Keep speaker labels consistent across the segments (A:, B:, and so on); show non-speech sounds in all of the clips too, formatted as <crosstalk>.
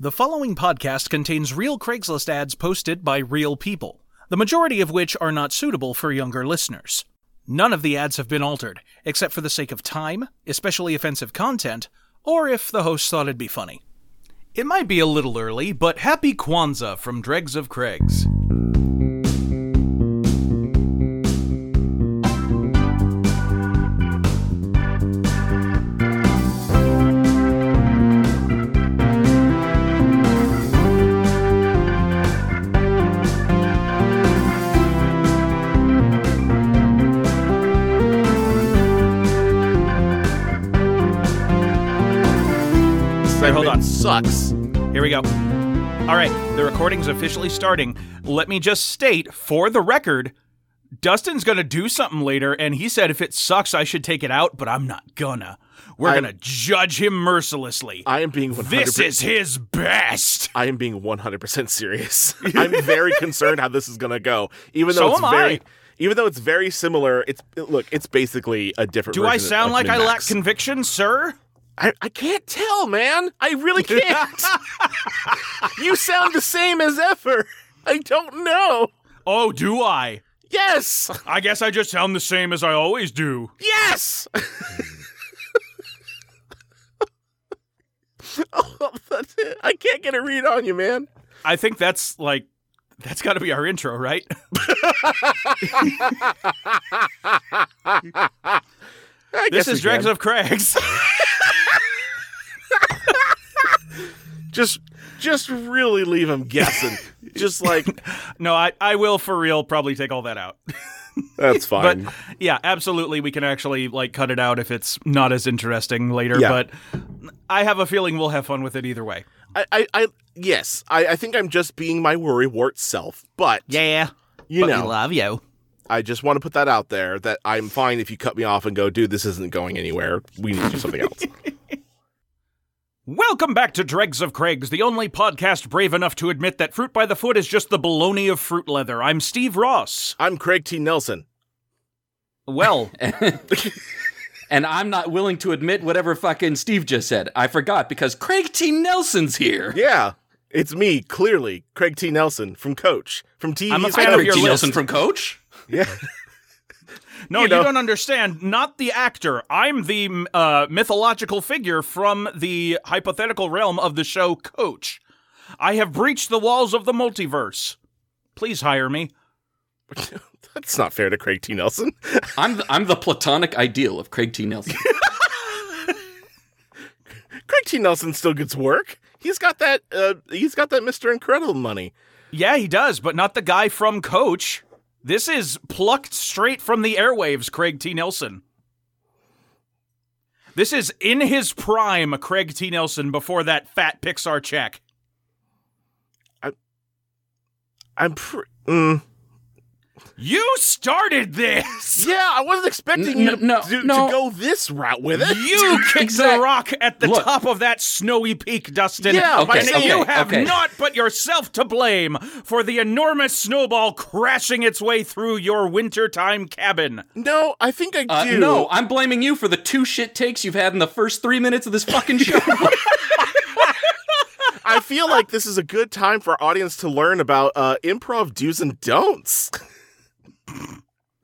A: The following podcast contains real Craigslist ads posted by real people, the majority of which are not suitable for younger listeners. None of the ads have been altered, except for the sake of time, especially offensive content, or if the host thought it'd be funny. It might be a little early, but happy Kwanzaa from Dregs of Craigs.
B: Segment
A: hold on.
B: Sucks.
A: Here we go. All right, the recording's officially starting. Let me just state for the record Dustin's going to do something later, and he said if it sucks, I should take it out, but I'm not gonna. We're
B: I'm-
A: going to judge him mercilessly.
B: I am being 100
A: this is his best.
B: I am being 100%
A: <laughs>
B: serious. I'm very concerned how this is going to go. Even though
A: So
B: it's
A: am
B: very
A: I.
B: even though it's very similar, it's look, it's basically a different
A: Do I
B: version
A: sound
B: of
A: like I lack
B: Min-Max.
A: conviction, sir?
B: I, I can't tell, man.
A: <laughs>
B: I really can't. <laughs> you sound the same as ever. I don't know.
A: Oh, do I?
B: Yes.
A: I guess I just sound the same as I always do.
B: Yes. <laughs> oh, that's it. I can't get a read on you, man.
A: I think that's like, that's got to be our intro, right?
B: I
A: This
B: guess
A: is
B: we
A: Dregs
B: can.
A: of Craigs.
B: just just really leave him guessing. <laughs> just like
A: <laughs> no, I, I will for real probably take all that out.
B: <laughs> that's
A: but
B: fine.
A: yeah, absolutely, we can actually like cut it out if it's not as interesting later.
B: Yeah.
A: But I have a feeling we'll have fun with it either way.
B: I, I, I yes, I, I think I'm just being my worry wart self, but
A: Yeah,
B: you know,
A: love you.
B: I just want to put that out there that I'm fine if you cut me off and go, dude, this isn't going anywhere. We need to do something
A: <laughs>
B: else.
A: Welcome back to Dregs of Craigs, the only podcast brave enough to admit that fruit by the foot is just the baloney of fruit leather. I'm Steve Ross.
B: I'm Craig T. Nelson.
A: <laughs> Well,
C: And I'm not willing to admit whatever fucking Steve just said. I forgot because Craig T. Nelson's here.
B: Yeah, it's me, clearly, Craig T. Nelson from Coach from TV's
A: I'm a fan of
C: I know
B: Coach.
A: your
C: Craig
A: list.
C: T. Nelson from Coach.
B: <laughs> Yeah,
A: no, you,
B: You know.
A: don't understand. Not the actor. I'm the uh, mythological figure from the hypothetical realm of the show Coach. I have breached the walls of the multiverse. Please hire me.
B: that's not fair to Craig T. Nelson. <laughs>
C: I'm the, I'm the platonic ideal of Craig
A: <laughs>
C: T. Nelson.
B: Craig T. Nelson still gets work. He's got that. Uh, he's got that Mr. Incredible money.
A: Yeah, he does, but not the guy from Coach. This is plucked straight from the airwaves, Craig T. Nelson. This is in his prime, Craig T. Nelson, before that fat Pixar check.
B: I'm. Pr- mm.
A: You started
C: <laughs>
A: this!
B: Yeah, I wasn't expecting you
C: N-
B: to,
C: no,
B: to,
C: no.
B: to go this route with it.
A: You kicked the
C: Exact-
A: rock at the
C: Look.
A: top of that snowy peak, Dustin.
B: Yeah,
C: Okay,
A: and
C: okay,
A: you have
C: okay.
A: not but yourself to blame for the enormous snowball crashing its way through your wintertime cabin.
B: No, I think I
C: Uh,
B: do.
C: no, I'm blaming you for the two shit takes you've had in the first three minutes of
A: <laughs>
C: this fucking show.
B: I feel like this is a good time for our audience to learn about uh, improv do's and don'ts. <laughs>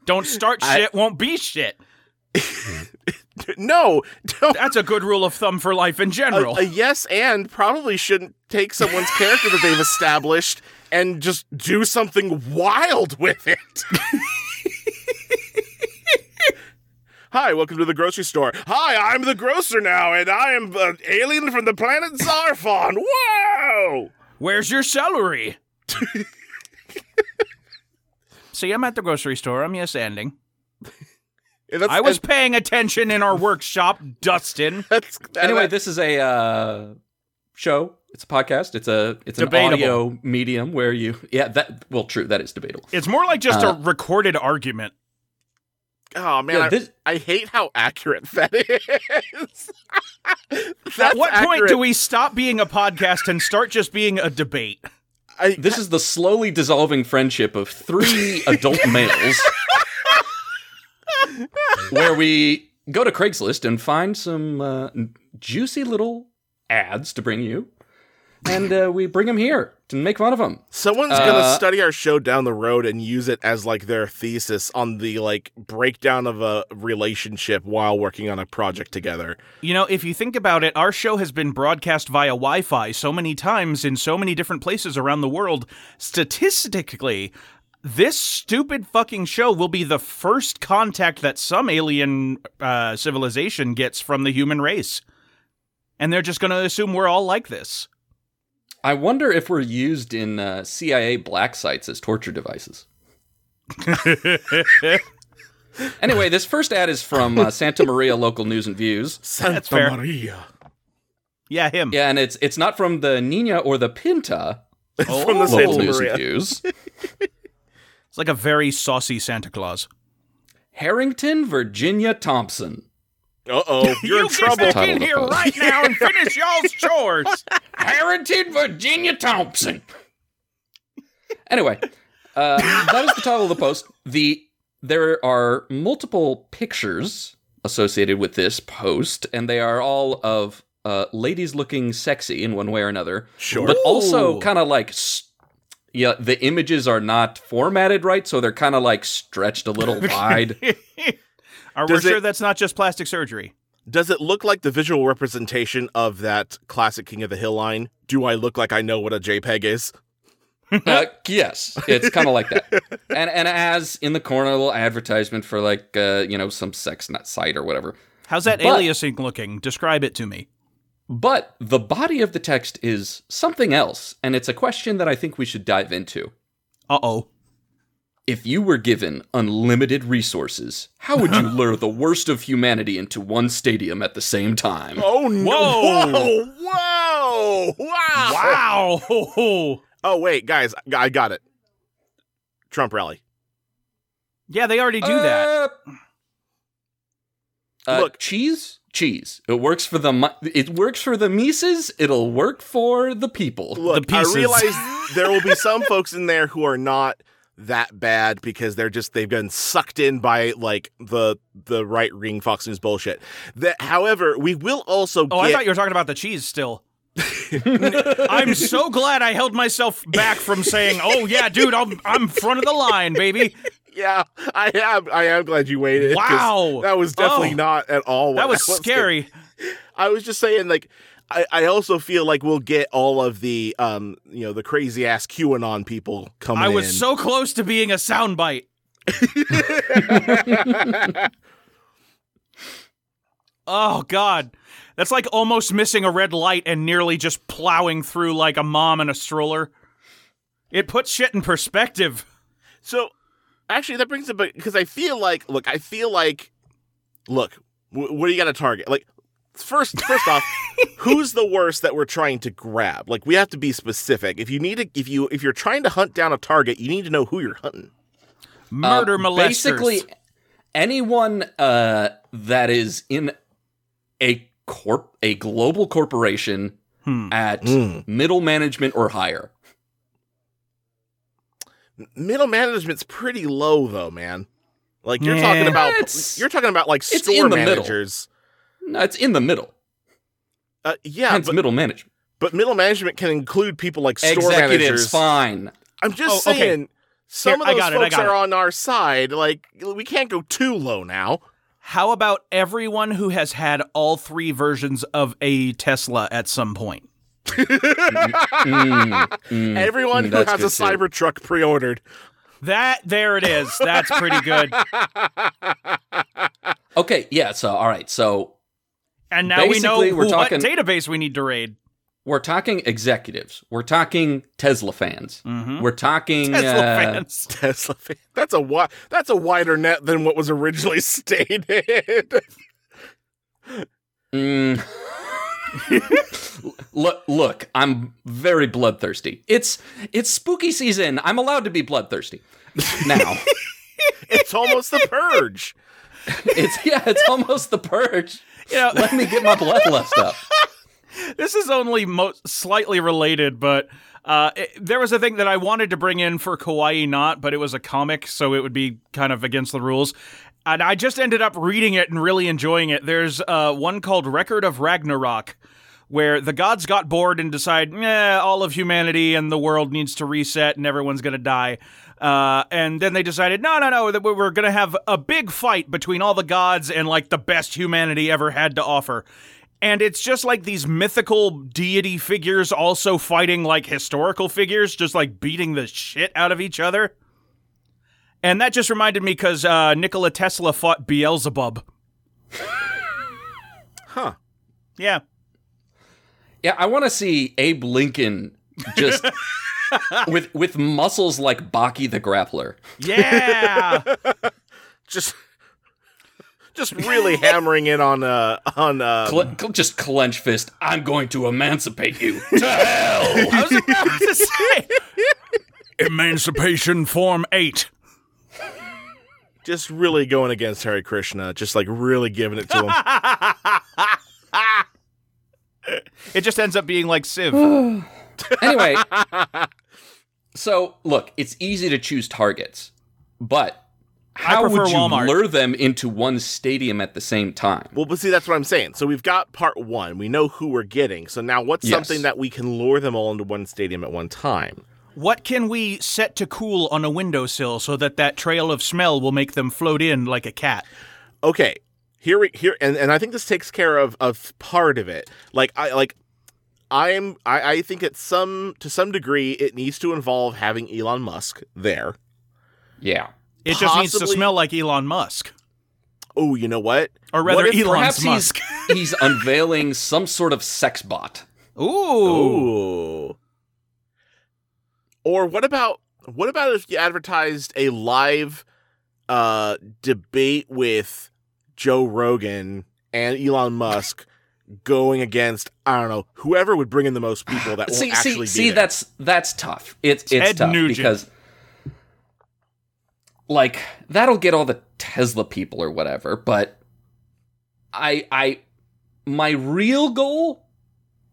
A: Don't start
C: I-
A: shit, won't be shit.
B: no, don't.
A: That's a good rule of thumb for life in
B: A,
A: general.
B: a yes and probably shouldn't take someone's character that they've established and just do something wild with it. <laughs> Hi, welcome to the grocery store. Hi, I'm the grocer now, and I am an alien from the planet Zarfon. Whoa!
A: Where's your
B: <laughs>
A: celery? See, I'm at the grocery store. I'm yes ending.
B: And that's-
A: I was
B: and
A: paying attention in our workshop, Dustin.
B: that's,
C: anyway, this is a uh, show. It's a podcast. It's a it's an
A: Debatable.
C: audio medium where you yeah that well true that is debatable.
A: It's more like just
C: Uh,
A: a recorded argument.
B: oh man,
C: Yeah,
B: I-
C: this-
B: I, hate how accurate that is. <laughs> that's
A: At what point
B: accurate.
A: do we stop being a podcast and start just being a debate?
B: I,
C: This is the slowly dissolving friendship of three adult males where we go to Craigslist and find some uh, juicy little ads to bring you and uh, we bring him here to make fun of him.
B: Someone's gonna study our show down the road and use it as like their thesis on the like breakdown of a relationship while working on a project together.
A: You know, if you think about it, our show has been broadcast via Wi Fi so many times in so many different places around the world. Statistically, this stupid fucking show will be the first contact that some alien uh, civilization gets from the human race. And they're just going to assume we're all like this.
C: I wonder if we're used in uh, CIA black sites as torture devices. anyway, this first ad is from uh, Santa Maria Local News and Views.
B: Santa
A: fair.
B: Maria
A: Yeah, him.
C: Yeah, and it's it's not from the Nina or the Pinta
A: Oh,
B: from the
C: Local
B: Santa
C: News and
B: Maria.
C: Views.
A: It's like a very saucy Santa Claus.
C: <laughs> Harrington, Virginia Thompson.
B: Uh <laughs> oh, you're in trouble.
C: back in here right
A: now and finish y'all's
B: <laughs>
A: chores.
C: Harrington, Virginia Thompson. <laughs> anyway, uh, that is the title of the post. The there are multiple pictures associated with this post, and they are all of uh, ladies looking sexy in one way or another.
B: Sure.
C: but also
A: Ooh.
C: kind of like. s yeah, the images are not formatted right, so they're kind of like stretched a <laughs> little wide.
A: <laughs> Are we
B: Does it-
A: sure that's not just plastic surgery?
B: Does it look like the visual representation of that classic King of the Hill line? Do I look like I know what a JPEG is?
C: Uh, yes, it's kind of like that. And and as in the corner, a little advertisement for like uh, you know some sex nut site or whatever.
A: How's that
C: But-
A: aliasing looking? Describe it to me.
C: But the body of the text is something else, and it's a question that I think we should dive into.
A: Uh oh.
C: If you were given unlimited resources, how would you lure the worst of humanity into one stadium at the same time?
B: Oh no!
A: Whoa.
B: Whoa! Whoa! Wow!
A: Wow.
B: Oh wait, guys, I got it. Trump rally.
A: <laughs> Yeah, they already do that.
C: Uh,
B: Look.
C: cheese, cheese. It works for the mi- it works for the Mises. It'll work for the people.
B: Look,
A: The
B: I
A: pieces.
B: <laughs> realize there will be some folks in there who are not that bad because they're just they've been sucked in by like the the right wing Fox News bullshit. That, however, we will also
A: Oh, I
B: get
A: thought you were talking about the cheese still. <laughs> I'm so glad I held myself back from saying, "Oh yeah, dude, I'm I'm front of the line, baby."
B: <laughs> yeah. I am I am glad you waited. 'cause
A: Wow.
B: that was definitely
A: Oh.
B: not at all. what
A: That
B: I
A: was scary.
B: I was just saying, like, I, I also feel like we'll get all of the, um, you know, the crazy ass QAnon people coming.
A: I was
B: in.
A: so close to being a soundbite.
B: <laughs>
A: oh god. That's like almost missing a red light and nearly just plowing through like a mom in a stroller. It puts shit in perspective.
B: So, actually, that brings up because I feel like, look, I feel like, look, wh- what do you got to target? Like, first, first
C: <laughs>
B: off, who's the worst that we're trying to grab? Like, we have to be specific. If you need to, if you if you're trying to hunt down a target, you need to know who you're hunting.
C: Uh,
A: Murder molesters.
C: Basically, anyone uh, that is in a corp, a global corporation
A: Hmm.
C: at
B: Mm.
C: middle management or higher.
B: Middle management's pretty low, though, man. Like you're
A: Yeah.
B: talking about,
C: It's-
B: you're talking about like
C: in
B: store
C: the middle.
B: managers.
C: No, it's in the middle.
B: Uh, yeah,
C: Hence,
B: but,
C: middle management.
B: but middle management can include people like store
C: Executives,
B: managers. <laughs>
C: fine.
B: I'm just
A: Oh, okay.
B: saying, some
A: Here,
B: of
A: I
B: those
A: got it, I
B: folks
A: got
B: are
A: it.
B: on our side. Like we can't go too low now.
A: How about everyone who has had all three versions of a Tesla at some point?
C: Mm, mm,
B: Everyone
C: mm,
B: who
C: that's
B: has a
C: good too.
B: Cybertruck pre-ordered. <laughs>
A: That there it is. That's pretty
C: <laughs>
A: good.
C: Okay, yeah. So, all right. So
A: And now we
C: Basically,
A: know
C: we're
A: who-
C: talking-
A: what database we need to raid.
C: we're talking executives. We're talking Tesla fans.
B: Mm-hmm.
A: Mhm.
C: We're talking
A: Tesla
C: uh,
A: fans.
B: Tesla. fan. That's a wi- that's a wider net than what was originally <laughs> stated.
C: Mm. <laughs> look, look, I'm very bloodthirsty. It's it's spooky season. I'm allowed to be bloodthirsty. Now,
B: it's almost the purge.
C: it's yeah, it's almost the purge.
A: You know,
C: Let me get my bloodlust up.
A: this is only mo- slightly related, but uh, it- there was a thing that I wanted to bring in for Kawaii Not, but it was a comic, so it would be kind of against the rules. And I just ended up reading it and really enjoying it. There's uh, one called Record of Ragnarok, where the gods got bored and decide, eh, all of humanity and the world needs to reset and everyone's going to die. Uh, and then they decided, no, no, no, that we we're going to have a big fight between all the gods and like the best humanity ever had to offer. And it's just like these mythical deity figures also fighting like historical figures, just like beating the shit out of each other. And that just reminded me because uh, Nikola Tesla fought Beelzebub.
B: Huh.
A: Yeah.
C: Yeah, I want to see Abe Lincoln just with with muscles like Baki the Grappler.
A: Yeah.
B: Just <laughs> just really hammering in on uh on uh
C: Cle- cl- just clench fist. I'm going to emancipate you <laughs> to
A: <laughs>
C: hell.
A: I was about
B: <laughs>
A: to say. Emancipation Form 8.
B: just really going against Hare Krishna, just like really giving it
C: <laughs>
B: to him.
A: It just ends up being like
B: <gasps>
A: Civ.
C: anyway, <laughs> so look, it's easy to choose targets, but how
A: prefer
C: would you
A: Walmart.
C: lure them into one stadium at the same time?
B: well, but see, that's what I'm saying. So we've got part one. We know who we're getting. So now, what's
C: Yes.
B: something that we can lure them all into one stadium at one time?
A: What can we set to cool on a windowsill so that that trail of smell will make them float in like a cat?
B: okay here we here and, and i think this takes care of of part of it like i like i'm I, I think at some to some degree it needs to involve having elon musk there
C: Yeah.
A: It just needs to
B: Possibly-
A: smell like Elon Musk.
B: oh you know what
A: Or rather,
B: What if
A: Elon's
C: Perhaps he's,
A: Musk. <laughs>
C: he's unveiling some sort of sex bot.
A: Ooh.
B: Ooh. or what about what about if you advertised a live uh debate with joe rogan and elon musk going against i don't know whoever would bring in the most people that will
C: <laughs> see,
B: actually
C: see,
B: be
C: see
B: there.
C: that's that's tough. It's it's
A: Ted
C: tough
A: Nugent.
C: because like that'll get all the Tesla people or whatever, but I I my real goal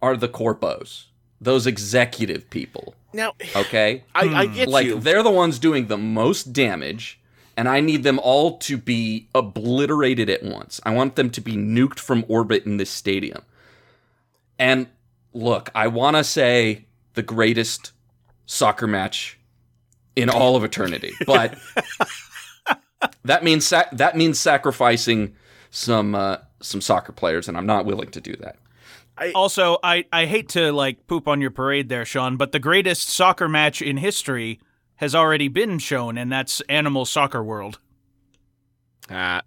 C: are the corpos, those executive people,
B: now
C: okay?
B: I, I get
C: Hmm, like
B: you.
C: they're the ones doing the most damage and I need them all to be obliterated at once. I want them to be nuked from orbit in this stadium. And look, I want to say the greatest soccer match in all of eternity, but that means sa- that means sacrificing some uh, some soccer players, and I'm not willing to do that.
A: Also, I, I hate to like poop on your parade there, Sean, but the greatest soccer match in history has already been shown, and that's Animal Soccer World.
B: Ah.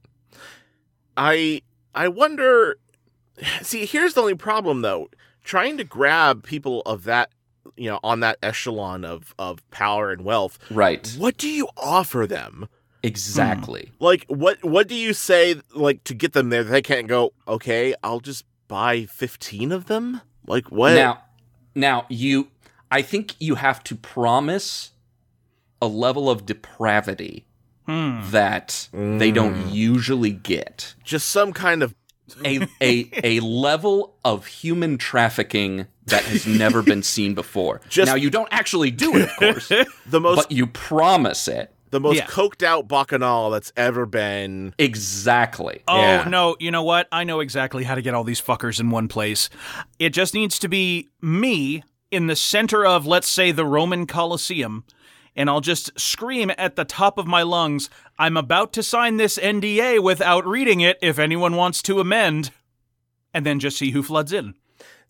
B: I I wonder. <sighs> See, here's the only problem though. Trying to grab people of that, you know, on that echelon of of power and wealth.
C: Right.
B: What do you offer them?
C: Exactly.
B: Like, what what do you say like to get them there? They can't go. Okay, I'll just buy fifteen of them. Like what?
C: Now, now you, I think you have to promise a level of depravity
A: Hmm.
C: that they
B: Mm.
C: don't usually get.
B: just some kind of
C: A,
B: <laughs>
C: a a level of human trafficking that has never been seen before.
B: <laughs> Just-
C: now you don't actually do it, of course,
B: the <laughs> most
C: but you promise it
B: the most
A: Yeah.
B: coked out bacchanal that's ever been.
C: exactly.
A: Oh
B: Yeah.
A: no, you know what? I know exactly how to get all these fuckers in one place. It just needs to be me in the center of let's say the Roman Colosseum and I'll just scream at the top of my lungs, I'm about to sign this NDA without reading it if anyone wants to amend and then just see who floods in.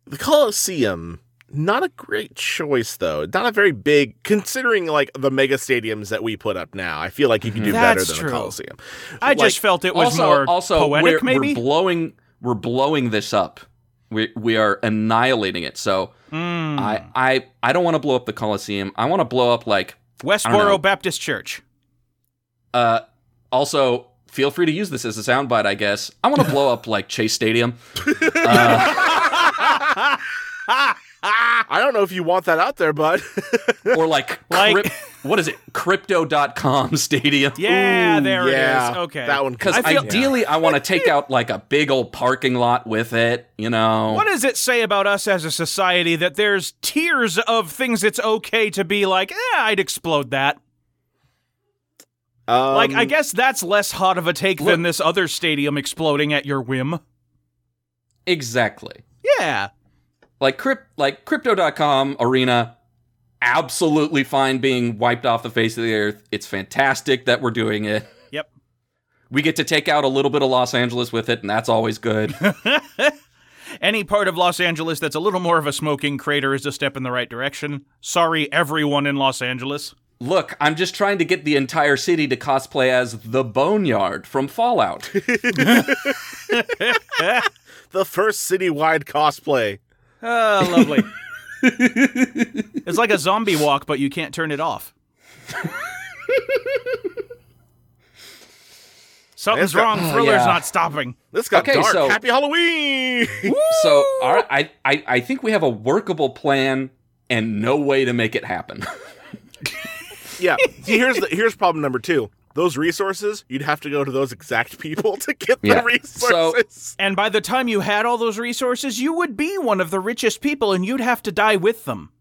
B: the Coliseum, not a great choice though. Not a very big considering like the mega stadiums that we put up now. I feel like you can do better
A: Mm-hmm. That's
B: than
A: true.
B: the Coliseum. <laughs>
A: I just felt it was
C: also,
A: more
C: also
A: poetic
C: we're,
A: maybe.
C: we're blowing we're blowing this up. We we are annihilating it. So
A: Mm.
C: I I I don't want to blow up the Coliseum. I want to blow up like know.
A: Westboro Baptist Church.
C: uh also feel free to use this as a soundbite, I guess. I want to blow up like Chase Stadium. Uh,
B: I don't know if you want that out there, bud.
C: or like,
A: <laughs> Like-
C: crypt, what is it? crypto.com <laughs> stadium.
A: <laughs> Yeah,
B: Ooh,
A: there it
B: yeah.
A: is. Okay.
B: That one
C: Cuz
A: I feel-
C: ideally I want to take out like a big old parking lot with it, you know.
A: What does it say about us as a society that there's tiers of things it's okay to be like, eh, I'd explode that?
B: Um,
A: like, I guess that's less hot of a take than
C: look-
A: this other stadium exploding at your whim.
C: exactly.
A: Yeah.
C: Like crypt like crypto.com arena absolutely fine being wiped off the face of the earth. It's fantastic that we're doing it.
A: Yep.
C: We get to take out a little bit of Los Angeles with it and that's always good.
A: Any part of Los Angeles that's a little more of a smoking crater is a step in the right direction. Sorry, everyone in Los Angeles.
C: Look, I'm just trying to get the entire city to cosplay as the Boneyard from Fallout.
B: The first citywide cosplay.
A: Ah, lovely. <laughs> it's like a zombie walk, but you can't turn it off. Something's
B: It's got-
A: wrong. Thriller's
C: yeah.
A: not stopping.
B: This got
C: Okay,
B: dark.
C: so-
B: Happy Halloween. <laughs>
C: so all right, I, I I think we have a workable plan and no way to make it happen. <laughs>
B: yeah. See, here's the, here's problem number two. Those resources, you'd have to go to those exact people <laughs> to get the
C: Yeah. So-
B: resources.
A: And by the time you had all those resources, you would be one of the richest people and you'd have to die with them.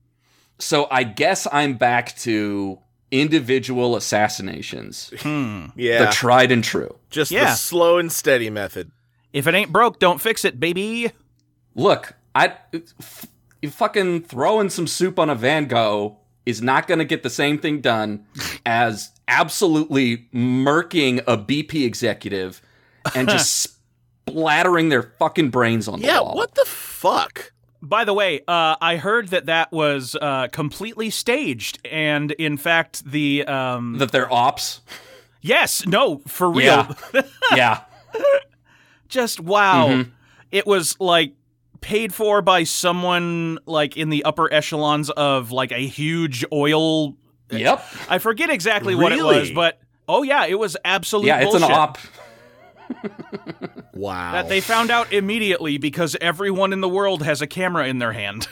C: so I guess I'm back to individual assassinations.
A: Hmm.
B: yeah,
C: The tried and true.
B: just
A: yeah.
B: the slow and steady method.
A: If it ain't broke, don't fix it, baby.
C: Look, I f- fucking throwing some soup on a Van Gogh is not going to get the same
A: <laughs>
C: thing done as absolutely murking a BP executive
A: <laughs>
C: and just splattering their fucking brains on the
B: Yeah,
C: wall.
B: what the fuck?
A: By the way, uh, I heard that that was uh, completely staged, and in fact, the um,
C: That they're ops.
A: yes, no, for real,
C: Yeah. <laughs> yeah.
A: just wow.
C: Mhm.
A: It was like paid for by someone like in the upper echelons of like a huge oil.
C: Yep.
A: I forget exactly what it
B: Really?
A: was, but oh yeah, it was absolute.
C: Yeah, it's an
A: bullshit.
C: op.
B: Wow.
A: that they found out immediately because everyone in the world has a camera in their hand.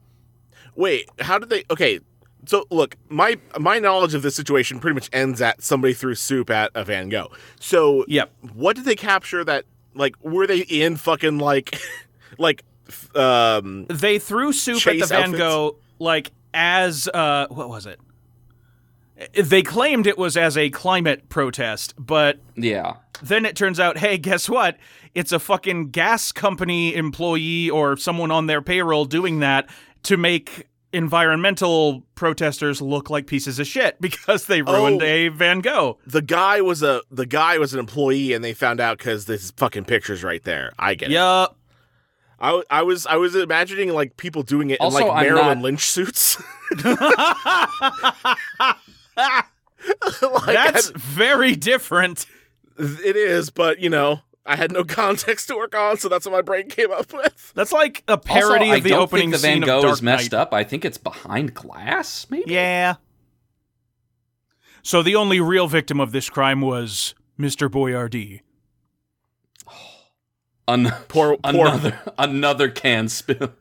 A: <laughs>
B: Wait, how did they? Okay, so look, my my knowledge of this situation pretty much ends at somebody threw soup at a Van Gogh. So
A: Yep.
B: what did they capture? That like were they in fucking like <laughs> like f- um
A: they threw soup
B: Chase
A: at the Van
B: outfits.
A: Gogh like as uh what was it? They claimed it was as a climate protest, but
C: Yeah.
A: then it turns out, hey, guess what? It's a fucking gas company employee or someone on their payroll doing that to make environmental protesters look like pieces of shit <laughs> because they ruined
B: Oh.
A: a Van Gogh.
B: the guy was a the guy was an employee and they found out because this fucking pictures right there. I get
A: <laughs>
B: it.
A: Yup.
B: I, w- I was I was imagining like people doing it
C: Also,
B: in like
C: I'm
B: Marilyn
C: not-
B: Lynch suits. <laughs> like,
A: That's very different.
B: It is, but you know, I had no <laughs> context to work on, so that's what my brain came up with.
A: That's like a parody
C: also, I
A: of the
C: don't
A: opening
C: think the Van
A: scene
C: Gogh
A: of Dark
C: is messed
A: Knight.
C: up. I think it's behind glass, maybe.
A: Yeah. So the only real victim of this crime was Mr. Boyardee.
C: An-
B: Poor, poor.
C: <laughs> another another can spill.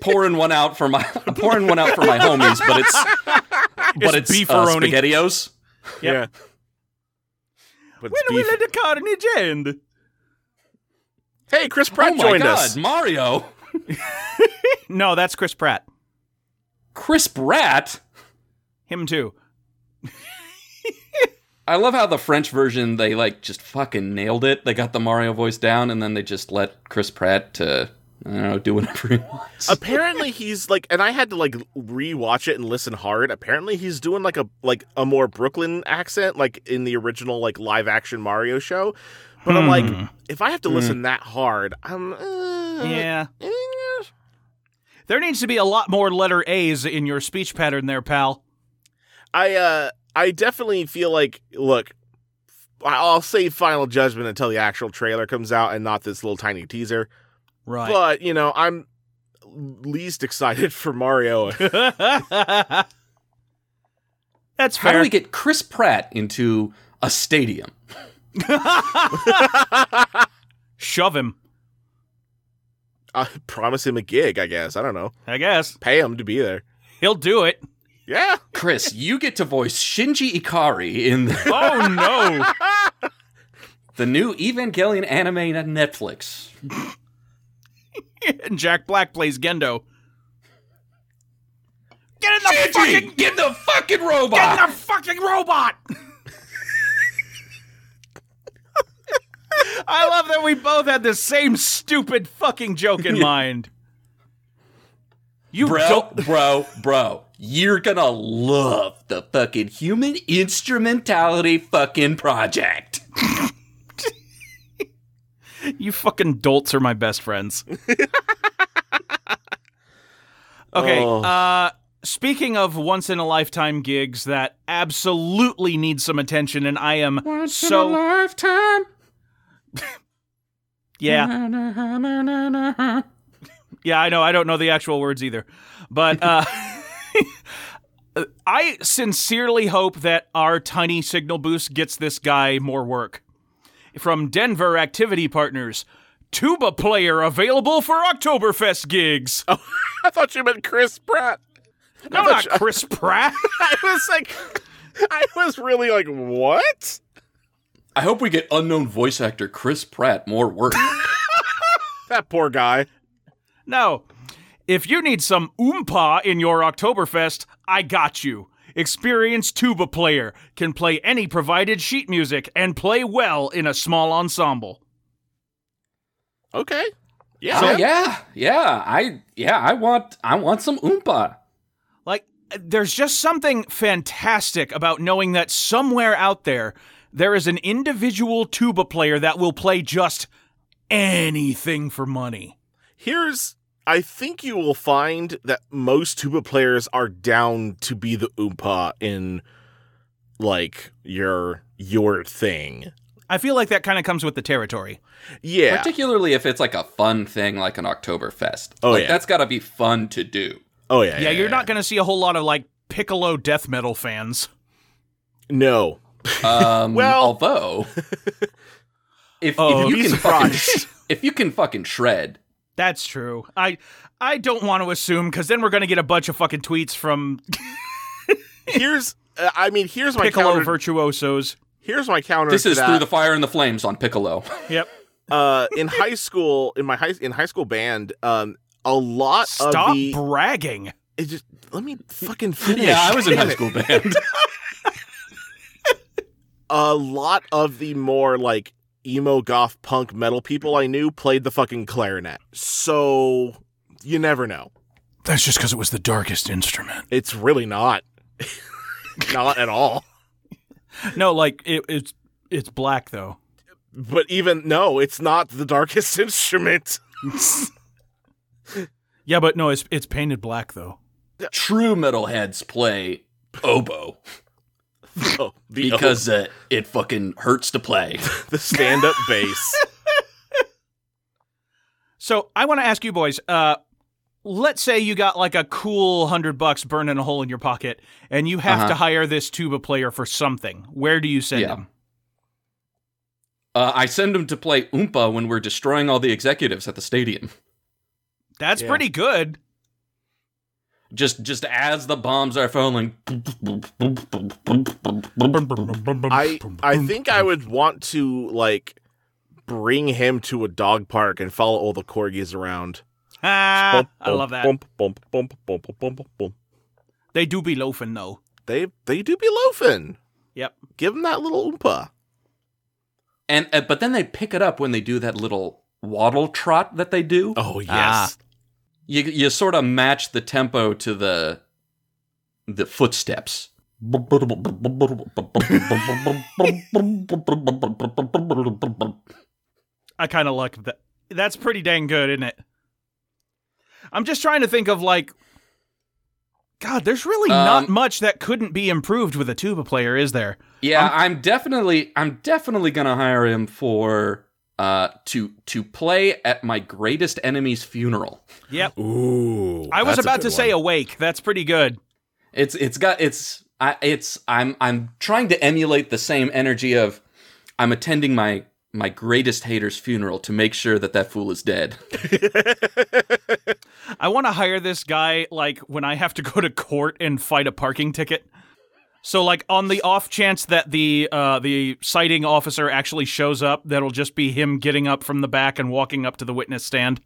C: pouring one out for my pouring one out for my homies, but it's but
A: It's
C: it's uh,
A: beefaroni.
C: spaghettios.
B: Yeah. But it's beef.
A: the carnage end?
B: hey, Chris Pratt
C: oh my
B: joined
C: god, <laughs>
B: us.
C: Mario,
A: No, that's Chris Pratt.
C: Chris Pratt.
A: Him too.
C: I love how the French version they like just fucking nailed it. They got the Mario voice down, and then they just let Chris Pratt to I don't know do whatever he wants.
B: Apparently he's like, and I had to like rewatch it and listen hard. Apparently he's doing like a like a more Brooklyn accent, like in the original like live action Mario show. But I'm
A: Hmm.
B: like, if I have to listen that hard, I'm
C: Uh-huh.
B: uh,
A: Yeah.
B: eh,
A: There needs to be a lot more letter A's in your speech pattern there, pal.
B: I uh I definitely feel like look, I- I'll save final judgment until the actual trailer comes out and not this little tiny teaser.
A: Right.
B: But you know, I'm least excited <laughs> for
A: <laughs>
B: Mario.
A: that's
C: How
A: fair.
C: do we get Chris Pratt into a stadium?
A: <laughs> Shove him,
B: I promise him a gig, I guess. I don't know.
A: I guess.
B: Pay him to be there.
A: He'll do
C: <laughs>
A: it.
B: Yeah. <laughs>
C: Chris, you get to voice Shinji Ikari in the
A: Oh no.
C: the new Evangelion anime on Netflix.
A: <laughs> and Jack Black plays Gendo. Get in the
C: Shinji,
A: fucking
C: get the fucking robot.
A: get in the fucking robot. I love that we both had the same stupid fucking joke in mind. You
C: bro,
A: don't.
C: bro, bro. You're gonna love the fucking human instrumentality fucking project.
A: <laughs> You fucking dolts are my best friends. okay.
B: Oh.
A: Uh, speaking of once in a lifetime gigs that absolutely need some attention, and I am so
C: lifetime.
A: <laughs> yeah yeah. I know. I don't know the actual words either, but uh, <laughs> I sincerely hope that our tiny signal boost gets this guy more work. From Denver Activity Partners, tuba player available for Oktoberfest gigs.
B: I thought you meant Chris Pratt. <laughs>
A: no, not Chris Pratt.
B: I was like, <laughs> I was really like, what?
C: I hope we get unknown voice actor Chris Pratt more work.
B: That poor guy.
A: No. If you need some oompa in your Oktoberfest, I got you. Experienced tuba player can play any provided sheet music and play well in a small ensemble.
B: Okay. Yeah.
C: so
B: man.
C: yeah, yeah, I yeah, I want I want some oompa.
A: Like, there's just something fantastic about knowing that somewhere out there, there is an individual tuba player that will play just anything for money.
B: Here's. I think you will find that most tuba players are down to be the oompa in, like your your thing.
A: I feel like that kind of comes with the territory.
B: Yeah.
C: Particularly if it's like a fun thing like an Oktoberfest.
B: Oh,
C: like
B: yeah.
C: that's gotta be fun to do.
B: oh yeah.
A: Yeah, you're not going to see a whole lot of, like, piccolo death metal fans.
B: No. <laughs>
C: Um,
B: Well-
C: although if,
A: Oh,
C: if you
B: be
C: can fucking,
B: surprised.
C: if you can fucking shred,
A: That's true. I I don't want to assume because then we're gonna get a bunch of fucking tweets from
B: Here's. Uh, I mean, here's my
A: piccolo
B: counter.
A: virtuosos.
B: here's my counter.
C: this
B: to
C: is
B: that.
C: through the fire and the flames on
B: <laughs>
C: Piccolo.
A: Yep.
B: uh, in high school, in my high in high school band, um, a lot
A: Stop
B: of the
A: bragging.
B: it just let me fucking finish.
C: yeah, I was in
B: Damn <laughs>
C: high
B: it.
C: school band.
B: A lot of the more like emo goth punk metal people I knew played the fucking clarinet. So you never know.
A: That's just because it was the darkest instrument.
B: It's really not, not at all.
A: No, like it, it's it's black though.
B: But even no, it's not the darkest instrument.
A: Yeah, but no, it's it's painted black though.
C: <laughs> True metalheads play oboe
B: Oh, the,
C: because uh, it fucking hurts to play.
B: <laughs> the stand-up bass.
A: So I want to ask you boys. Uh, let's say you got like a cool hundred bucks burning a hole in your pocket, and you have
C: Uh-huh.
A: to hire this tuba player for something. Where do you send
C: Yeah.
A: him?
C: Uh, I send them to play oompa when we're destroying all the executives at the stadium.
A: That's
B: Yeah.
A: pretty good. <laughs>
C: Just just as the bombs are falling.
B: I I think I would want to like bring him to a dog park and follow all the corgis around.
A: Ah,
B: Bump,
A: I love that.
B: Bump, bump, bump, bump, bump, bump, bump.
A: They do be loafing though.
B: They they do be loafing.
A: Yep.
B: Give them that little oompa.
C: And uh, but then they pick it up when they do that little waddle trot that they do.
B: Oh yes.
A: Ah.
C: You you sort of match the tempo to the the footsteps.
A: I kind of like that. That's pretty dang good, isn't it? I'm just trying to think of like, God, there's really not
C: Um,
A: much that couldn't be improved with a tuba player, is there?
C: Yeah, I'm, definitely I'm definitely gonna hire him for uh to to play at my greatest enemy's funeral.
A: Yep.
B: Ooh.
A: I was
B: that's a
A: about
B: good
A: to say
B: one.
A: awake. That's pretty good.
C: It's it's got it's I it's I'm I'm trying to emulate the same energy of I'm attending my my greatest hater's funeral to make sure that that fool is dead.
B: <laughs>
A: I want to hire this guy like when I have to go to court and fight a parking ticket. So like on the off chance that the uh, the citing officer actually shows up, that'll just be him getting up from the back and walking up to the witness stand.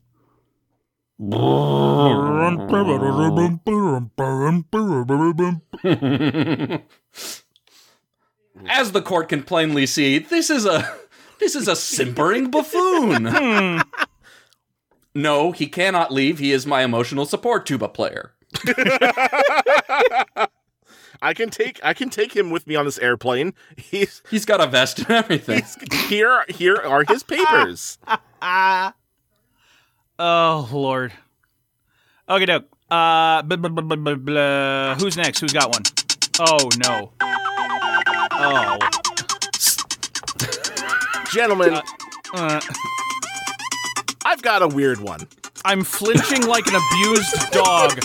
C: As the court can plainly see, this is a this is a simpering buffoon. No, he cannot leave. He is my emotional support tuba player.
B: I can take I can take him with me on this airplane. <laughs> He's
C: He's got a vest and everything.
B: here here are his papers.
A: Ah. Oh Lord. Okay, doke. Uh, blah, blah, blah, blah, blah, blah. who's next? Who's got one? Oh no. Oh.
B: Gentlemen,
A: Uh,
B: I've got a weird one.
A: I'm flinching like an abused dog.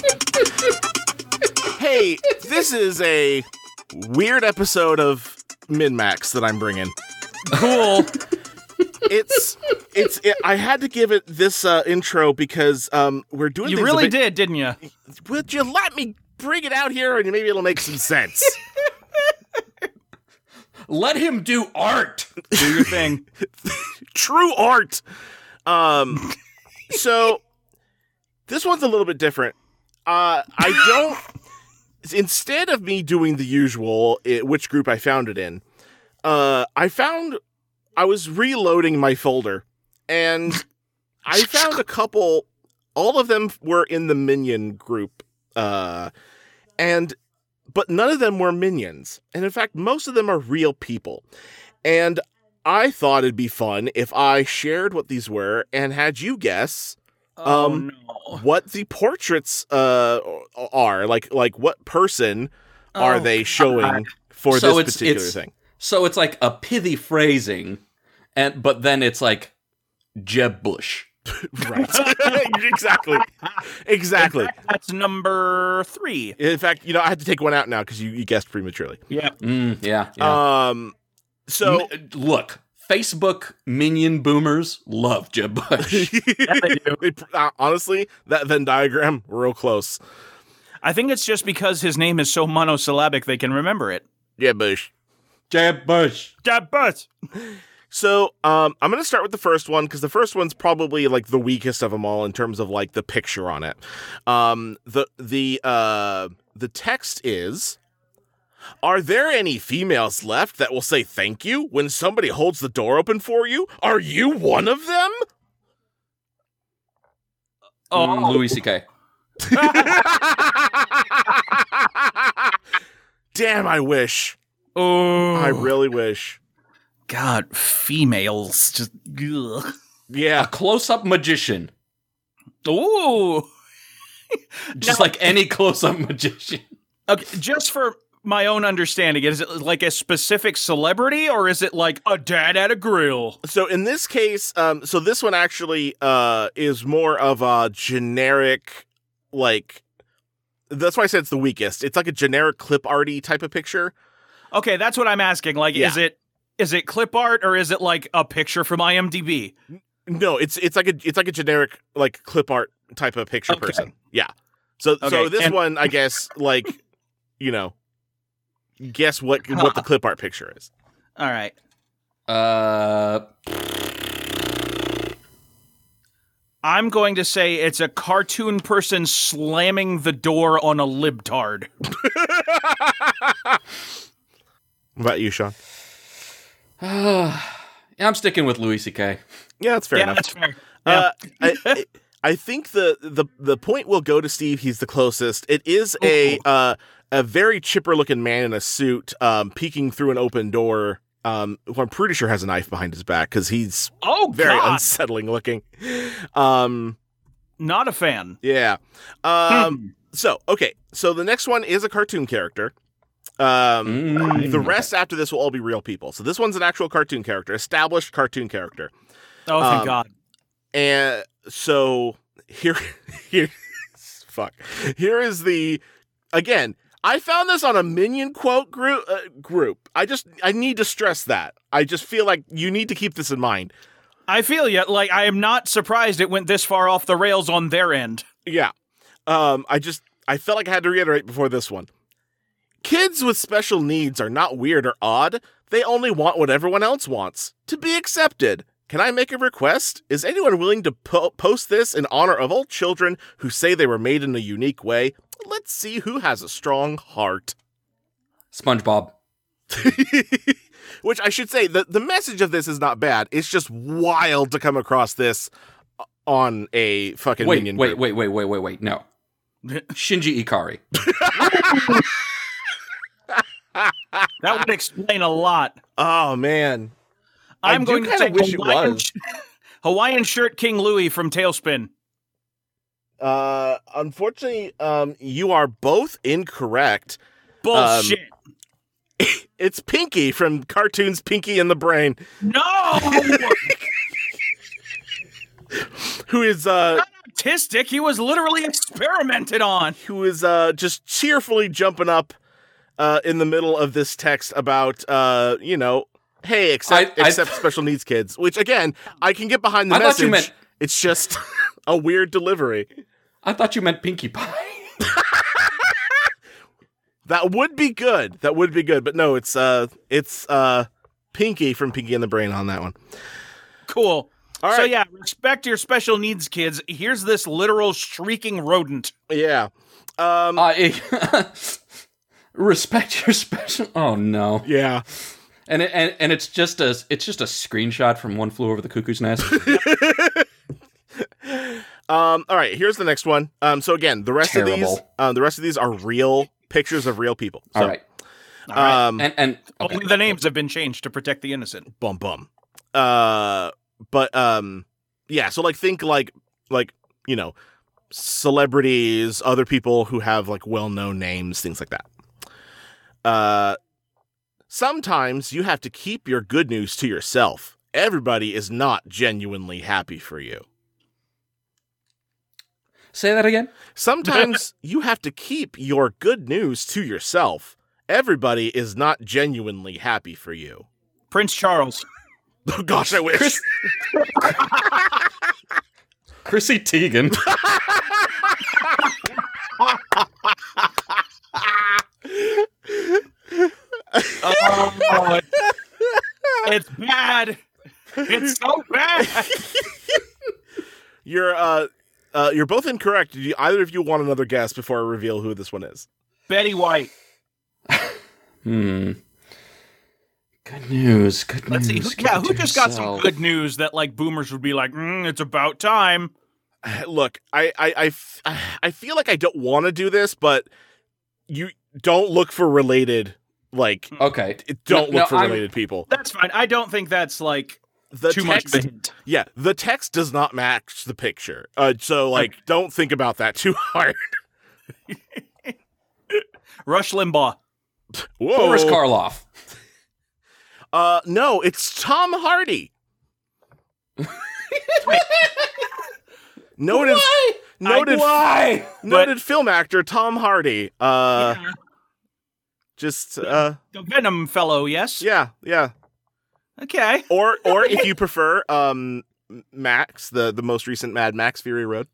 B: Hey, this is a weird episode of Minmax that I'm bringing.
A: Cool.
B: It's it's it, I had to give it this uh, intro because um we're doing
A: You
B: things a
A: really did,
B: bit-
A: didn't you?
B: Would you let me bring it out here and maybe it'll make some sense?
C: Let him do art.
A: Do your thing.
B: true art. Um, so this one's a little bit different. Uh, I don't. instead of me doing the usual, it, which group I found it in, uh, I found I was reloading my folder, and I found a couple. All of them were in the minion group, uh, and but none of them were minions, and in fact, most of them are real people. And I thought it'd be fun if I shared what these were and had you guess
A: Oh
B: Um,
A: no.
B: what the portraits uh are like like what person are
A: Oh,
B: they showing for
C: So
B: this
C: it's-
B: particular
C: it's- <laughs>
B: thing.
C: So it's like a pithy phrasing, and but then it's like Jeb Bush.
B: Right. <laughs> exactly. Exactly.
A: That's number three.
B: In fact, you know, I had to take one out now because you, you guessed prematurely.
A: Yeah.
C: Mm, yeah. yeah.
B: Um so <laughs>
C: M- look, Facebook minion boomers love Jeb
B: <laughs>
C: Bush.
A: they do.
B: Uh, honestly, that Venn diagram real close.
A: I think it's just because his name is so monosyllabic they can remember it.
B: Yeah, Bush.
C: Jeb Bush.
A: That bus.
B: So um, I'm going to start with the first one because the first one's probably like the weakest of them all in terms of like the picture on it. Um, the the uh, the text is: Are there any females left that will say thank you when somebody holds the door open for you? Are you one of them? <laughs>
A: Oh,
C: Mm, Louis C.K.
B: Damn, I wish.
A: oh,
B: I really wish.
A: God, females just. Ugh.
B: Yeah.
C: A close-up magician,
A: Ooh.
C: just like any close-up <laughs> magician.
A: Okay, just for my own understanding, is it like a specific celebrity or is it like a dad at a grill?
B: so in this case um so this one actually uh is more of a generic like that's why i said it's the weakest it's like a generic clip arty type of picture
A: Okay, that's what I'm asking. Like,
B: Yeah.
A: is it is it clip art or is it like a picture from IMDb?
B: no it's it's like a it's like a generic like clip art type of picture
A: Okay.
B: person yeah so
A: Okay,
B: so this
A: and-
B: one i guess like you know guess what what the clip art picture is <laughs>
A: All right.
C: Uh, <sighs>
A: I'm going to say it's a cartoon person slamming the door on a libtard.
B: what about you sean
C: yeah, I'm sticking with Louis C.K.
B: yeah that's fair
A: yeah,
B: enough
A: that's fair.
B: Uh, I, I- I think the, the the point will go to Steve. He's the closest. It is a
A: Oh.
B: uh, a very chipper looking man in a suit, um, peeking through an open door. Um, who I'm pretty sure has a knife behind his back because he's
A: Oh,
B: very
A: God.
B: unsettling looking. Um,
A: Not a fan. Hmm.
B: yeah. Um, so okay. So the next one is a cartoon character. Um,
A: Hmm.
C: Mm.
B: the rest after this will all be real people. So this one's an actual cartoon character, established cartoon character.
A: Oh, thank
B: Um,
A: God.
B: And so here, <laughs> here, fuck. Here is the again. I found this on a minion quote group. Uh, group. I just I need to stress that. I just feel like you need to keep this in mind.
A: I feel you. Like, I am not surprised it went this far off the rails on their end.
B: Yeah. Um. I just I felt like I had to reiterate before this one. Kids with special needs are not weird or odd. They only want what everyone else wants to be accepted. Can I make a request? Is anyone willing to po- post this in honor of all children who say they were made in a unique way? Let's see who has a strong heart. <laughs>
C: SpongeBob.
B: Which I should say, the, the message of this is not bad. It's just wild to come across this on a fucking
C: wait,
B: minion.
C: wait,
B: group.
C: wait, wait, wait, wait,
B: <laughs>
C: wait. No, Shinji Ikari.
A: That would explain a lot.
B: Oh man, I
A: I'm
B: do
A: going to
B: kinda
A: say
B: wish it
A: Hawaiian,
B: was. Um,
A: Hawaiian shirt King Louis from Tailspin.
B: uh, unfortunately, um, you are both incorrect.
A: Bullshit.
B: It's Pinky from cartoons Pinky and the Brain,
A: no! <laughs>
B: who is uh,
A: Autistic. He was literally experimented on.
B: who is uh, just cheerfully jumping up uh, in the middle of this text about uh, you know, hey, accept
C: I- I-
B: accept special needs kids. Which again, I can get behind the
C: I
B: message.
C: thought you meant-
B: It's just <laughs> a weird delivery.
C: I thought you meant Pinkie Pie. <laughs>
B: That would be good. That would be good. But no, it's uh it's uh Pinky from Pinky and the Brain on that one.
A: Cool.
B: All right.
A: So yeah, respect your special needs kids. Here's this literal shrieking rodent.
B: yeah. Um
C: I <laughs> respect your special. Oh no,
B: yeah.
C: and it, and and it's just a it's just a screenshot from One Flew Over the
A: <laughs>
C: Cuckoo's Nest.
B: Um all right, here's the next one. Um so again, the rest of these
C: Terrible.
B: um the rest of these are real pictures of real people. So,
C: All right,
A: All right.
B: um
C: and and okay.
A: Only the names have been changed to protect the innocent.
B: bum bum. Uh but um yeah, so like think like like, you know, celebrities, other people who have like well-known names, things like that. Uh sometimes you have to keep your good news to yourself. Everybody is not genuinely happy for you.
C: say that again.
A: <laughs>
B: Sometimes you have to keep your good news to yourself. Everybody is not genuinely happy for you. <laughs>
A: Prince Charles.
B: Oh gosh, I wish.
C: Chris- Chrissy Teigen.
A: Oh, Lord. <laughs> it's bad. It's so bad.
B: You're uh, uh, you're both incorrect. Do you- either of you want another guess before I reveal who this one is? <sighs>
A: Betty White.
C: Hmm. Good news. Good news.
A: Let's see. Who,
C: keep
A: yeah,
C: it
A: who
C: to
A: just got some
C: yourself.
A: good news that like boomers would be like, mm, it's about time.
B: Look, I I I, f- <sighs> I feel like I don't want to do this, but you don't look for related.
A: Hmm.
B: Like,
C: Okay.
B: it- don't
C: No,
B: look
C: no,
B: for
C: I'm-
B: related people.
A: That's fine. I don't think that's like
B: The
A: too much
B: text,
A: of a hint.
B: yeah, the text does not match the picture. Uh, so like, don't think about that too <laughs> hard.
A: Rush Limbaugh.
B: Whoa,
A: Oh.
C: Boris Karloff.
B: Uh, no, it's Tom Hardy. Noted,
C: Why?
B: noted,
C: Why?
B: noted film actor Tom Hardy. Uh,
A: Yeah.
B: just uh,
A: The Venom fellow, yes?
B: yeah, yeah.
A: Okay.
B: Or, or if you prefer, um, Max, the the most recent Mad Max Fury Road.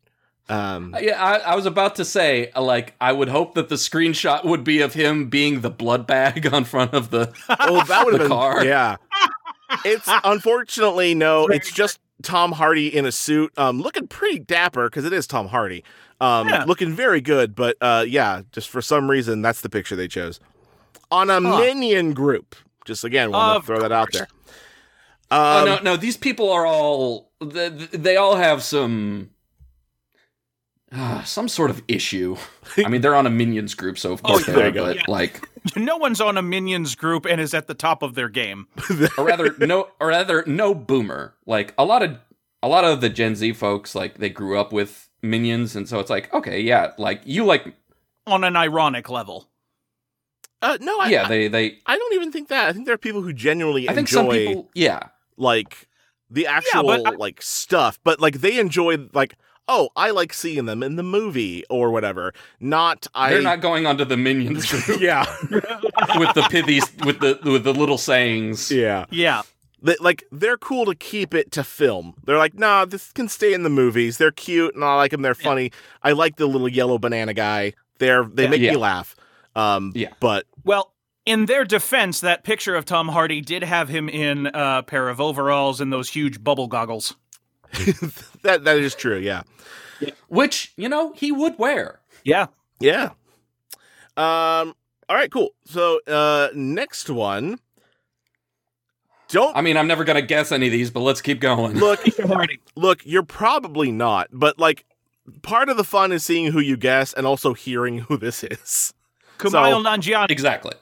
B: Um,
C: Yeah, I, I was about to say, like, I would hope that the screenshot would be of him being the blood bag <laughs> on front
A: <laughs>
C: of the.
B: oh, that would
C: <laughs> The
B: have been
C: car.
B: yeah.
C: <laughs>
B: It's unfortunately no. It's just Tom Hardy in a suit, um, looking pretty dapper because it is Tom Hardy, um,
A: Yeah.
B: looking very good. But uh, yeah, just for some reason that's the picture they chose on a
A: Huh.
B: minion group. Just again, want
A: Of
B: to throw that out there.
C: oh
B: Um,
C: no, no, these people are all they, they all have some uh, some sort of
B: <laughs>
C: issue. I mean, they're on a minions group, so of course
B: Oh, yeah.
C: they
B: There
C: are.
B: you go.
C: But
A: Yeah.
C: like,
A: No one's on a minions group and is at the top of their game.
C: or rather, no, or rather, no boomer. Like a lot of a lot of the Gen Z folks, like they grew up with minions, and so it's like, okay, yeah, like you like,
A: On an
D: <laughs>
A: ironic level.
B: uh, no, I,
C: yeah,
B: I-
C: they they.
B: I, don't even think that. I think there are people who genuinely
C: I think
B: enjoy
C: some people, yeah,
B: like the actual
A: but I-
B: like stuff, but like they enjoy like oh, I like seeing them in the movie or whatever. Not I. <laughs>
C: they're not going onto the minions group.
B: yeah,
C: with the pithy with the with the little sayings.
B: yeah.
A: Yeah.
B: They, like they're cool to keep it to film. They're like, nah, this can stay in the movies. They're cute and I like them. They're
A: Yeah.
B: funny. I like the little yellow banana guy. They're they
A: Yeah.
B: make
C: Yeah.
B: me laugh. Um,
C: Yeah.
B: but <laughs>
A: Well, in their defense, that picture of Tom Hardy did have him in a pair of overalls and those huge bubble goggles.
B: that that is true. Yeah,
C: Which, you know, he would wear.
A: Yeah.
B: yeah. Um. All right. Cool. So, uh, next one. Don't
C: I mean, I'm never going to guess any of these, but let's keep going.
B: look.
A: Hardy.
B: Look, you're probably not, but like part of the fun is seeing who you guess and also hearing who this is.
A: Kumail Nanjiani.
C: <laughs> Exactly.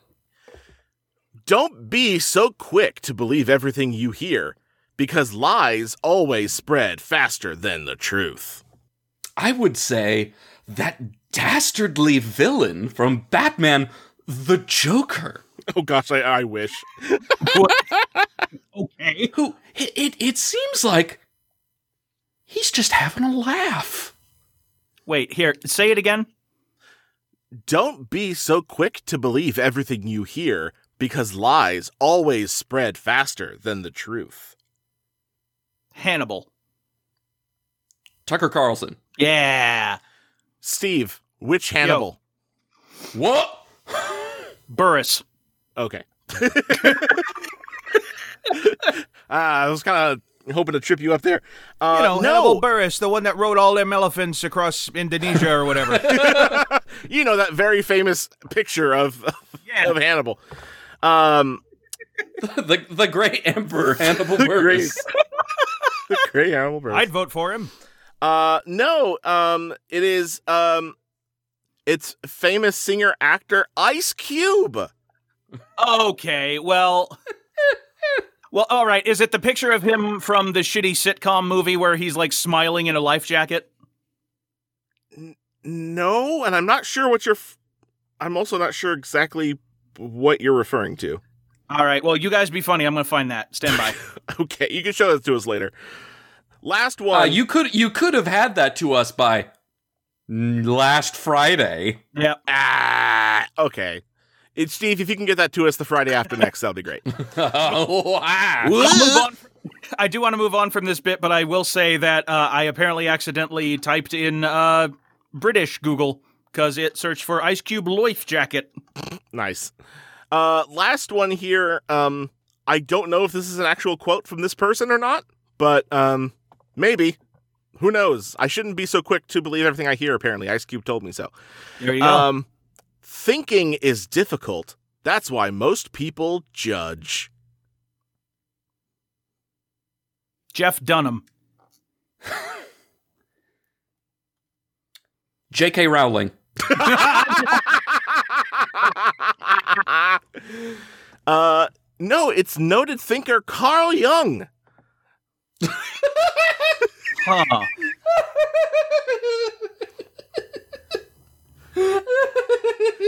B: Don't be so quick to believe everything you hear, because lies always spread faster than the truth.
C: I would say that dastardly villain from Batman, the Joker,
B: Oh gosh, I, I wish.
A: Okay.
C: who it, it, it seems like he's just having a laugh.
A: Wait, here. Say it again.
B: Don't be so quick to believe everything you hear, because lies always spread faster than the truth.
A: Hannibal.
C: Tucker Carlson.
A: Yeah.
B: Steve, which Hannibal?
C: What? <laughs>
A: Burris.
B: Okay. <laughs> Ah, I was kind of hoping to trip you up there. Uh,
D: You know,
B: no,
D: Hannibal Burris, the one that rode all them elephants across Indonesia or whatever.
B: <laughs> you know that very famous picture of
A: <laughs>
D: <laughs>
A: Yeah.
B: of Hannibal. Um,
C: the <laughs> the great emperor Hannibal Buress.
B: the great Hannibal Buress.
D: I'd vote for him.
B: Uh, no, um, it is um, it's famous singer actor Ice Cube.
A: Okay. <laughs> Well. Well, all right. Is it the picture of him from the shitty sitcom movie where he's like smiling in a life jacket?
B: No, and I'm not sure what you're. F- I'm also not sure exactly what you're referring to. <laughs>
A: All right. Well, you guys be funny. I'm going to find that. Stand <laughs> by.
B: Okay, you can show that to us later. Last one.
C: Uh, you could you could have had that to us by n- last Friday. <laughs>
A: yep.
B: ah, okay. It's Steve. If you can get that to us the Friday after next, that'll
A: <laughs>
B: be great.
C: wow.
A: I'll move on. I do want to move on from this bit, but I will say that uh, I apparently accidentally typed in uh, British Google because it searched for Ice Cube Loif jacket.
B: Nice. Uh, last one here. Um, I don't know if this is an actual quote from this person or not, but um, maybe. Who knows? I shouldn't be so quick to believe everything I hear. Apparently, Ice Cube told me so.
A: There you go.
B: Um, thinking is difficult. That's why most people judge.
A: Jeff Dunham.
C: J.K. Rowling.
B: <laughs> uh, no, it's noted thinker Carl Jung.
A: Huh.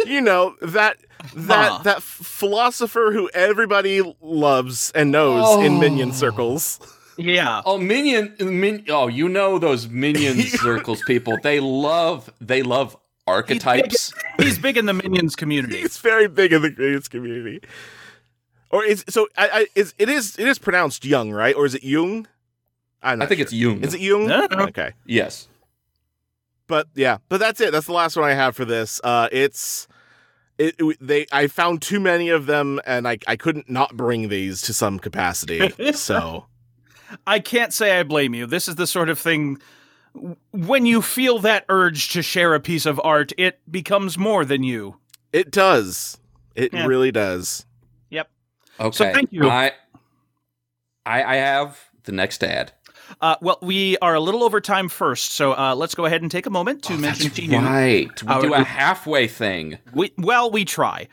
B: you know that that
A: Huh.
B: that philosopher who everybody loves and knows in minion circles. <laughs>
A: <laughs> Yeah.
C: Oh, minion, min, oh, you know
A: <laughs>
C: those minion circles people. They love, they love archetypes.
A: He's big in the Minions community.
B: He's very big in the greatest community. Or is so? I, I is it is it is pronounced Jung, right? Or is it Jung? I'm
C: I
B: not
C: think
B: sure.
C: it's Jung.
B: Is it Jung?
A: No, no, no.
B: Okay,
C: Yes.
B: but yeah, but that's it. That's the last one I have for this. Uh, it's it, it- they I found too many of them, and I I couldn't not bring these to some capacity. so
A: I can't say I blame you. This is the sort of thing w- when you feel that urge to share a piece of art, it becomes more than you.
B: it does. It
A: Yeah.
B: really does.
C: Okay.
A: So thank you.
C: I, I, I have the next ad.
A: Uh, well, we are a little over time first, so uh, let's go ahead and take a moment to mention to you.
C: Right. We
A: Our-
C: do a halfway thing.
A: We, well, we try.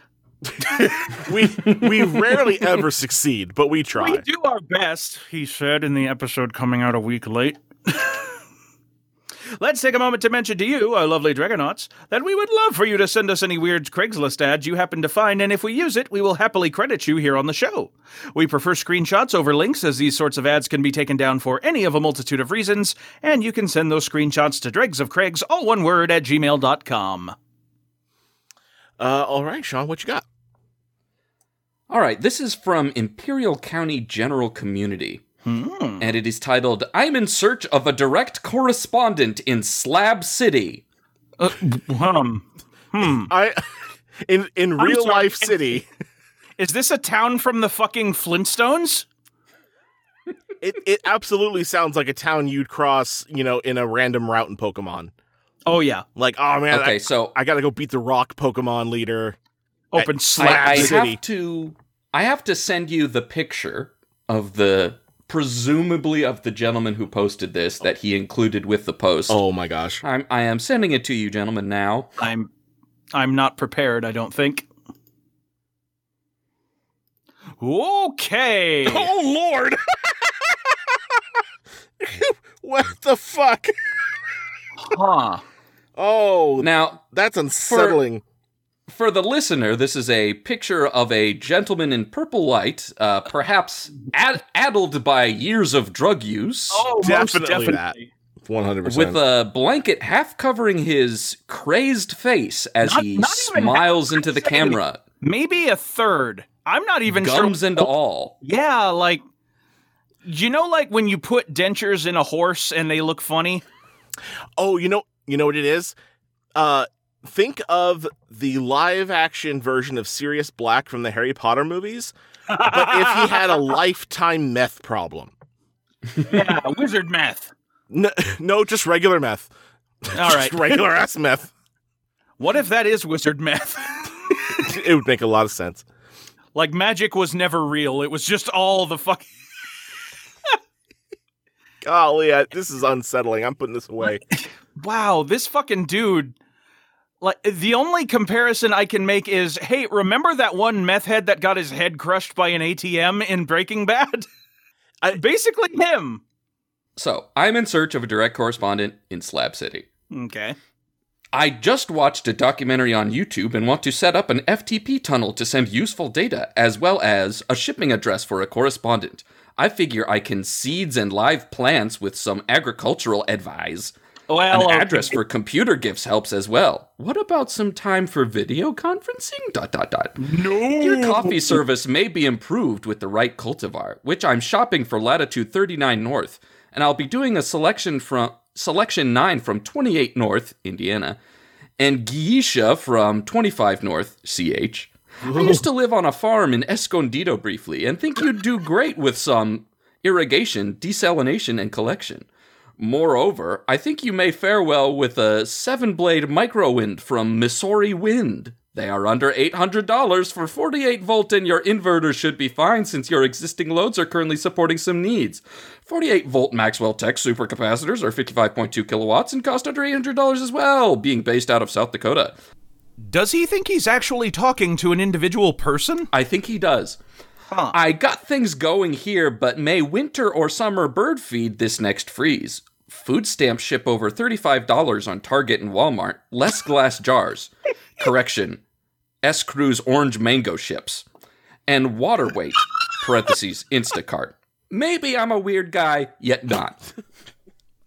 B: we we rarely ever succeed, but we try.
A: We do our best, he said in the episode coming out a week late. <laughs> Let's take a moment to mention to you, our lovely Dragonauts, that we would love for you to send us any weird Craigslist ads you happen to find, and if we use it, we will happily credit you here on the show. We prefer screenshots over links, as these sorts of ads can be taken down for any of a multitude of reasons, and you can send those screenshots to dregs of Craigs, all one word, at gmail.com.
B: Uh, all right, Sean, what you got?
C: All right. This is from Imperial County General Community.
A: Hmm.
C: And it is titled, I'm in search of a direct correspondent in Slab City.
A: Uh, <laughs> um, hmm.
B: I <laughs> in in real
A: sorry.
B: life city,
A: Is this a town from the fucking Flintstones?
B: it it absolutely sounds like a town you'd cross, you know, in a random route in Pokemon.
A: Oh, yeah.
B: Like, oh man,
C: Okay,
B: I,
C: so
B: I gotta go beat the rock Pokemon leader.
A: Open
B: I-
A: slap.
C: I, I
B: City.
C: have to I have to send you the picture of the presumably of the gentleman who posted this that he included with the post.
B: Oh my gosh.
C: I'm, I am sending it to you, gentlemen, now.
A: I'm I'm not prepared, I don't think. Okay.
B: <laughs> Oh lord. what the fuck?
A: Huh.
B: Oh,
C: Now,
B: that's unsettling.
C: for the listener, this is a picture of a gentleman in purple light, uh, perhaps ad- addled by years of drug use,
A: Oh, most
B: Definitely that.
A: definitely.
B: One hundred
C: with
B: percent.
C: a blanket half covering his crazed face as
A: Not-
C: he
A: not even half-
C: smiles into the camera,
A: Maybe a third. I'm not even sure.
C: gums into all.
A: Yeah, like you know, like when you put dentures in a horse and they look funny.
B: Oh, you know, you know what it is. Uh, think of the live action version of Sirius Black from the Harry Potter movies, but if he had <laughs> a lifetime meth problem.
A: yeah, wizard meth.
B: No, <laughs> no just regular meth.
A: All right.
B: Just regular ass meth. <laughs>
A: What if that is wizard meth? <laughs>
B: It would make a lot of sense.
A: like magic was never real. It was just all the fuck.
B: Golly, I, this is unsettling. I'm putting this away.
A: Wow, this fucking dude. Like the only comparison I can make is, hey, remember that one meth head that got his head crushed by an ATM in Breaking Bad? <laughs>
B: I-
A: Basically him.
C: So, I'm in search of a direct correspondent in Slab City.
A: Okay.
C: I just watched a documentary on YouTube and want to set up an FTP tunnel to send useful data, as well as a shipping address for a correspondent. I figure I can seeds and live plants with some agricultural advice. An
A: Well,
C: address for computer gifts helps as well. What about some time for video conferencing? Dot dot dot. Your
B: No.
C: coffee service may be improved with the right cultivar, which I'm shopping for latitude 39 north, and I'll be doing a selection from selection 9 from 28 north, Indiana, and Geisha from 25 north, CH. I used to live on a farm in Escondido briefly and think you'd do great with some irrigation, desalination, and collection. Moreover, I think you may fare well with a seven blade microwind from Missouri Wind. They are under $800 for 48 volt, and your inverter should be fine since your existing loads are currently supporting some needs. 48 volt Maxwell Tech supercapacitors are 55.2 kilowatts and cost under $800 as well, being based out of South Dakota.
A: does he think he's actually talking to an individual person?
C: I think he does. I got things going here, but may winter or summer bird feed this next freeze. Food stamps ship over $35 on Target and Walmart, less glass jars. Correction. S. Cruz orange mango ships. And water weight, parentheses, Instacart. Maybe I'm a weird guy, yet not.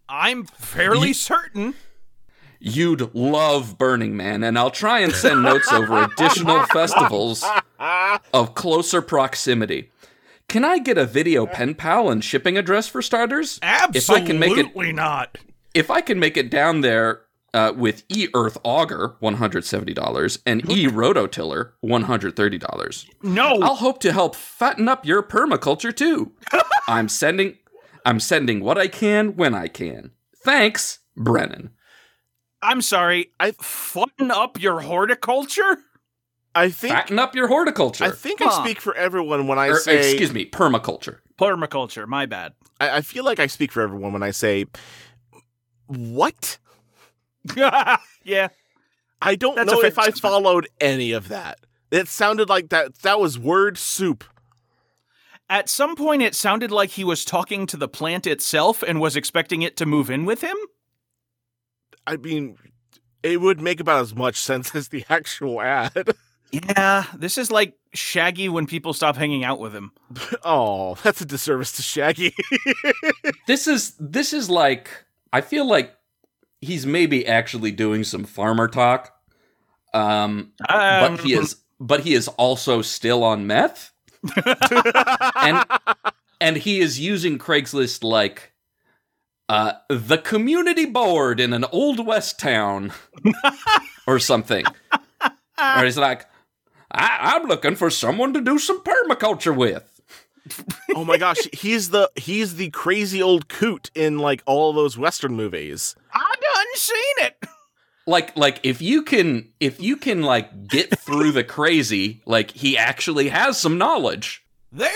A: I'm fairly certain.
C: You'd love Burning Man, and I'll try and send notes over additional festivals of closer proximity. Can I get a video pen pal and shipping address for starters? If I can make it,
A: not.
C: if I can make it down there uh, with E Earth Auger, one hundred seventy dollars, and E Rototiller, one hundred thirty dollars.
A: No.
C: I'll hope to help fatten up your permaculture too. I'm sending, I'm sending what I can when I can. Thanks, Brennan.
A: I'm sorry. I
B: I-
A: fatten up your horticulture.
B: I think
C: Fatten up your horticulture.
B: I think
A: Huh.
B: I speak for everyone when I
C: Or,
B: say
C: excuse me, permaculture.
A: Permaculture. My bad.
B: I, I feel like I speak for everyone when I say what?
A: <laughs> yeah.
B: I don't
A: That's a
B: know
A: fair
B: if I
A: assessment.
B: followed any of that. It sounded like that that was word soup.
A: At some point, it sounded like he was talking to the plant itself and was expecting it to move in with him.
B: I mean, it would make about as much sense as the actual ad. <laughs>
A: Yeah. This is like Shaggy when people stop hanging out with him.
B: oh, that's a disservice to Shaggy.
C: This is this is like I feel like he's maybe actually doing some farmer talk. Um but he
B: Um.
C: is but he is also still on meth
B: <laughs>
C: and and he is using Craigslist like uh the community board in an old west town
B: <laughs>
C: or something. or he's like I, I'm looking for someone to do some permaculture with.
B: oh my gosh, he's the he's the crazy old coot in like all those western movies.
A: I done seen it.
C: like like if you can if you can like get through the crazy like he actually has some knowledge
D: There's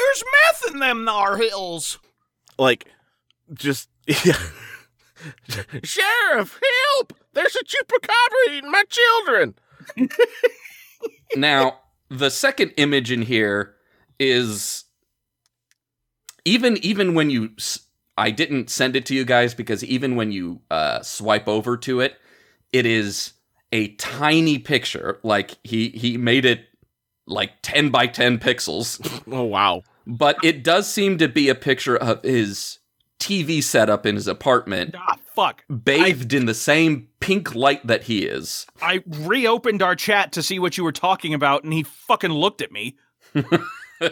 D: meth in them thar hills.
B: Like, just <laughs> yeah. Sheriff, help! There's a chupacabra eating my children.
C: Now, the second image in here is even even when you s- I didn't send it to you guys because even when you uh, swipe over to it, it is a tiny picture. Like he he made it like 10 by 10 pixels,
B: Oh wow.
C: but it does seem to be a picture of his TV setup in his apartment,
A: Ah, fuck.
C: bathed in the same pink light that he is. <laughs>
A: I reopened our chat to see what you were talking about, and he fucking looked at me.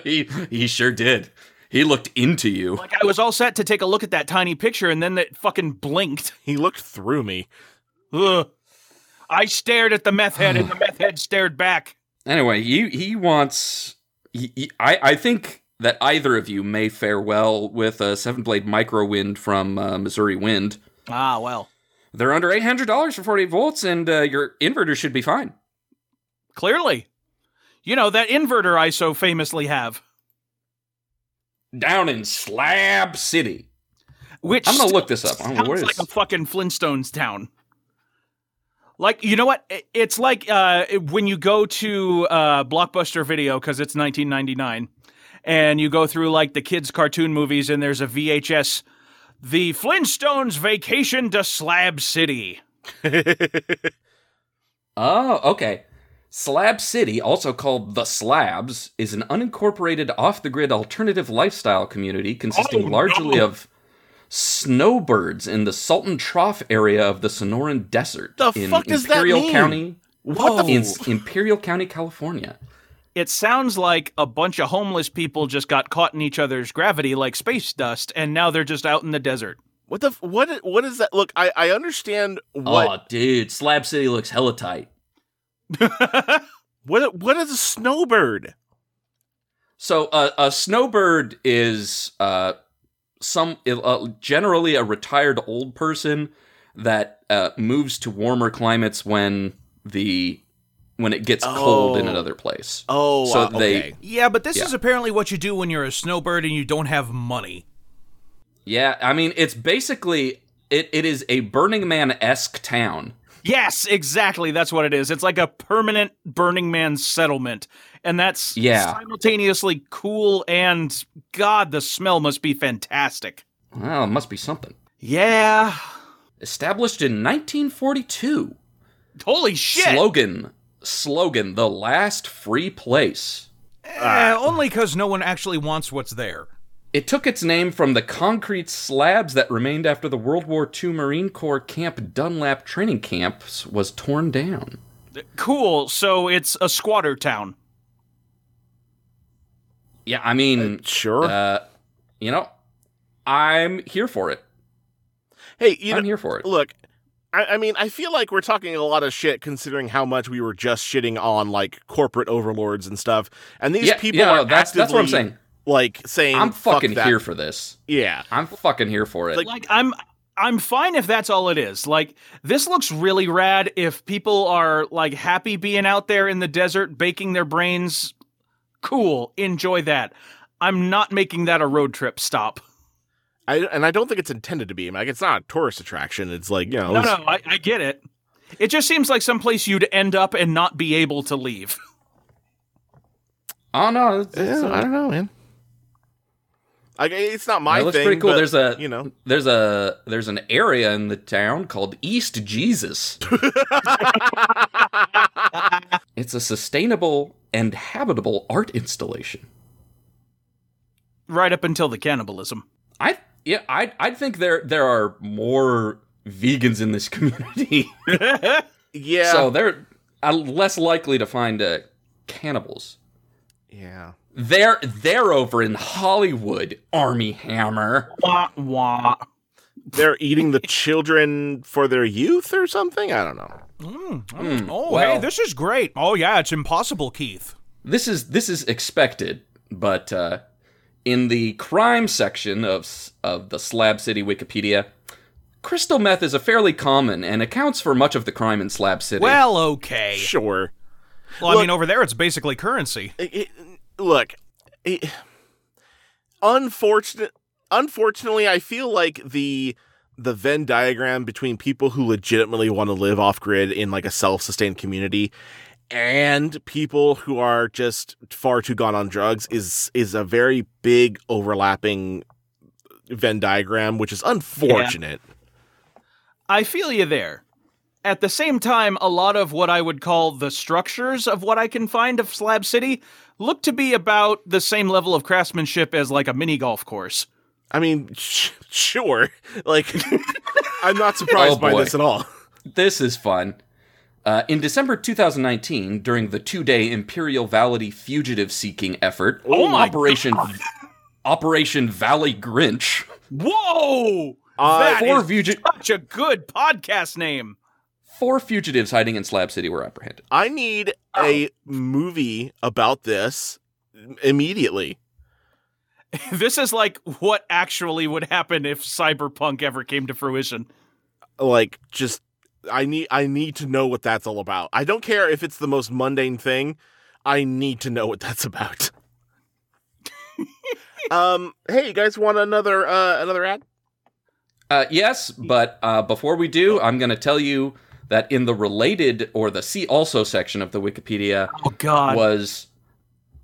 C: he he sure did. He looked into you.
A: Like I was all set to take a look at that tiny picture, and then it fucking blinked.
B: He looked through me. <laughs>
A: Ugh. I stared at the meth head, and the meth head stared back.
C: Anyway, he he wants. He, he- I I think that either of you may fare well with a seven blade micro wind from uh, Missouri Wind.
A: Ah, well.
C: They're under eight hundred dollars for forty eight volts, and uh, your inverter should be fine.
A: Clearly. You know, that inverter I so famously have.
C: Down in Slab City,
A: Which
C: I'm gonna look this up. I don't know
A: sounds
C: where
A: like
C: is.
A: a fucking Flintstones town. Like you know what? I- It's like uh, when you go to uh, Blockbuster Video because it's 1999, and you go through like the kids' cartoon movies, and there's a VHS, The Flintstones Vacation to Slab City.
C: Oh, okay. Slab City, also called The Slabs, is an unincorporated off the grid alternative lifestyle community consisting
B: Oh,
C: largely of snowbirds in the Salton Trough area of the Sonoran Desert
B: The
C: in
B: fuck does that
C: Imperial
B: mean?
C: County,
B: What the
C: in
B: f-
C: Imperial County, California.
A: It sounds like a bunch of homeless people just got caught in each other's gravity like space dust, and now they're just out in the desert. <laughs>
B: What the f- what what is that? Look, I I understand what
C: Oh, dude, Slab City looks hella tight.
B: what what is a snowbird?
C: So uh, a snowbird is uh, some uh, generally a retired old person that uh, moves to warmer climates when the when it gets cold in
B: Oh.
C: another place.
B: Oh,
C: So
B: uh,
C: they-
B: okay.
D: Yeah, but this
C: Yeah.
D: is apparently what you do when you're a snowbird and you don't have money.
C: Yeah, I mean it's basically it, it is a Burning Man esque town.
A: Yes, exactly. That's what it is. It's like a permanent Burning Man settlement. And that's
C: Yeah.
A: simultaneously cool and God, the smell must be fantastic.
C: Well, it must be something.
A: Yeah.
C: Established in 1942.
A: Holy shit.
C: Slogan slogan: The last free place.
D: Eh, only because no one actually wants what's there.
C: It took its name from the concrete slabs that remained after the World War II Marine Corps Camp Dunlap training camp was torn down.
A: Cool. So it's a squatter town.
C: Yeah, I mean,
B: Sure.
C: uh, you know, I'm here for it.
B: hey, you know,
C: I'm here for it.
B: look, I, I mean, I feel like we're talking a lot of shit considering how much we were just shitting on like corporate overlords and stuff. And these
C: yeah,
B: people
C: yeah,
B: are
C: no, that's that's what I'm
B: actively,
C: saying.
B: Like saying,
C: I'm
B: "Fuck
C: fucking
B: that."
C: here for this.
B: Yeah,
C: I'm fucking here for it.
B: Like-
A: Like I'm I'm fine if that's all it is. Like this looks really rad if people are like happy being out there in the desert baking their brains. Cool. Enjoy that. I'm not making that a road trip stop.
B: I, and I don't think it's intended to be. Like, it's not a tourist attraction. It's like you know,
A: No,
B: it's-
A: no, I, I get it. It just seems like someplace you'd end up and not be able to leave. <laughs>
C: oh no, it's, it's,
B: Yeah,
C: uh,
B: I don't know, man. Like, it's not my
C: that looks
B: thing.
C: pretty cool.
B: but,
C: there's a
B: you know,
C: there's a there's an area in the town called
B: <laughs>
C: East Jesus. it's a sustainable and habitable art installation.
A: Right up until the cannibalism.
C: I yeah, I I think there there are more vegans in this <laughs> community,
B: yeah,
C: so they're uh, less likely to find uh, cannibals.
B: yeah.
C: They're they're over in Hollywood, Army Hammer.
A: Wah, wah.
B: They're eating the children for their youth or something. I don't know.
D: Oh, hey,
C: well-
D: this is great. Oh, yeah, it's impossible, Keith.
C: This is this is expected, but uh, in the crime section of s- of the Slab City Wikipedia, crystal meth is a fairly common and accounts for much of the crime in Slab City.
D: Well, okay.
B: Sure.
D: Well, I
B: Look-
D: mean, over there, it's basically currency.
B: It- it- look, it- unfortunate unfortunately i feel like the the venn diagram between people who legitimately want to live off grid in like a self-sustained community and people who are just far too gone on drugs is is a very big overlapping venn diagram which is unfortunate
A: I feel you there. At the same time, a lot of what I would call the structures of what I can find of Slab City look to be about the same level of craftsmanship as like a mini golf course.
B: i mean sh- sure like <laughs> i'm not surprised
C: Oh,
B: by
C: boy.
B: this at all
C: This is fun. Uh, in December 2019, during the two-day Imperial Valley fugitive seeking effort,
B: Oh my
C: Operation Operation Valley Grinch,
A: Whoa!
B: Uh,
A: that
C: four
A: is
C: fugi-
A: such a good podcast name.
C: four fugitives hiding in Slab City were apprehended.
B: I need a movie about this immediately.
A: This is like what actually would happen if cyberpunk ever came to fruition.
B: Like just I need I need to know what that's all about. I don't care if it's the most mundane thing. I need to know what that's <laughs> about. um hey, you guys want another uh another ad?
C: Uh, yes, but uh, before we do, I'm going to tell you that in the related or the see also section of the Wikipedia
A: Oh god.
C: was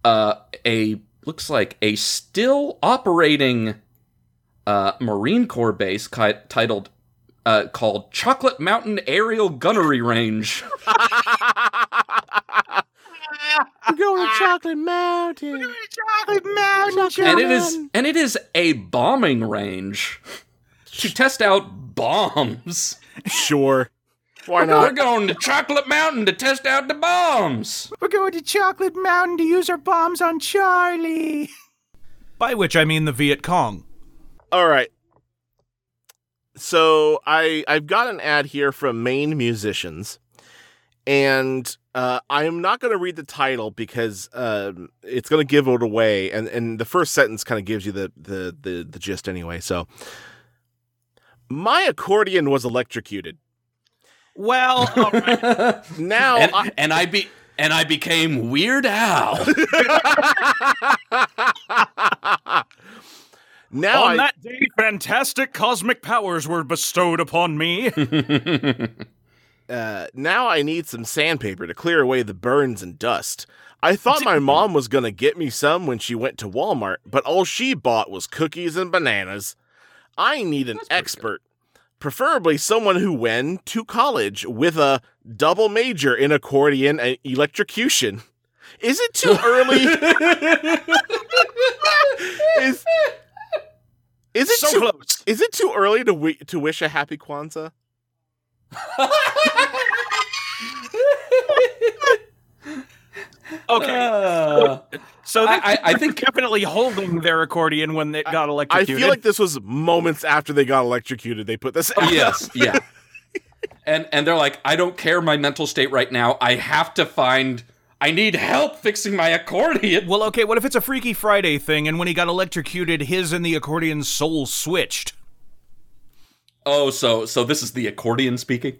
C: uh, a looks like a still operating uh, Marine Corps base ki- titled uh, called Chocolate Mountain Aerial Gunnery Range.
B: We're going to Chocolate Mountain.
C: and it is and it is a bombing range to test out bombs.
B: Sure. Why
C: We're
B: not?
C: going to Chocolate Mountain to test out the bombs.
A: We're going to Chocolate Mountain to use our bombs on Charlie.
D: By which I mean the Viet Cong.
B: All right. So I I've got an ad here from Maine Musicians, and uh, I am not going to read the title because um it's going to give it away, and and the first sentence kind of gives you the the the the gist anyway. So, my accordion was electrocuted.
A: Well, all right.
B: Now
C: and,
B: I,
C: and I be and I became Weird Al.
B: <laughs> now
A: on
B: Oh, I,
A: that day, fantastic cosmic powers were bestowed upon me.
B: uh, now I need some sandpaper to clear away the burns and dust. I thought my mom was going to get me some when she went to Walmart, but all she bought was cookies and bananas. I need an expert, preferably someone who went to college with a double major in accordion and electrocution. Is it too early?
A: <laughs>
B: is, is it
A: so
B: too
A: close.
B: is it too early to wi- to wish a happy Kwanzaa?
A: Okay, so
C: I-
A: they
C: I- I think-
A: were definitely holding their accordion when it Oh, got
B: I
A: electrocuted.
B: feel like this was moments after they got electrocuted. They put this. out.
C: yes, yeah. And and they're like, I don't care my mental state right now. I have to find. I need help fixing my accordion.
D: Well, okay, what if it's a Freaky Friday thing and when he got electrocuted, his and the accordion's soul switched?
C: Oh, so so this is the accordion speaking.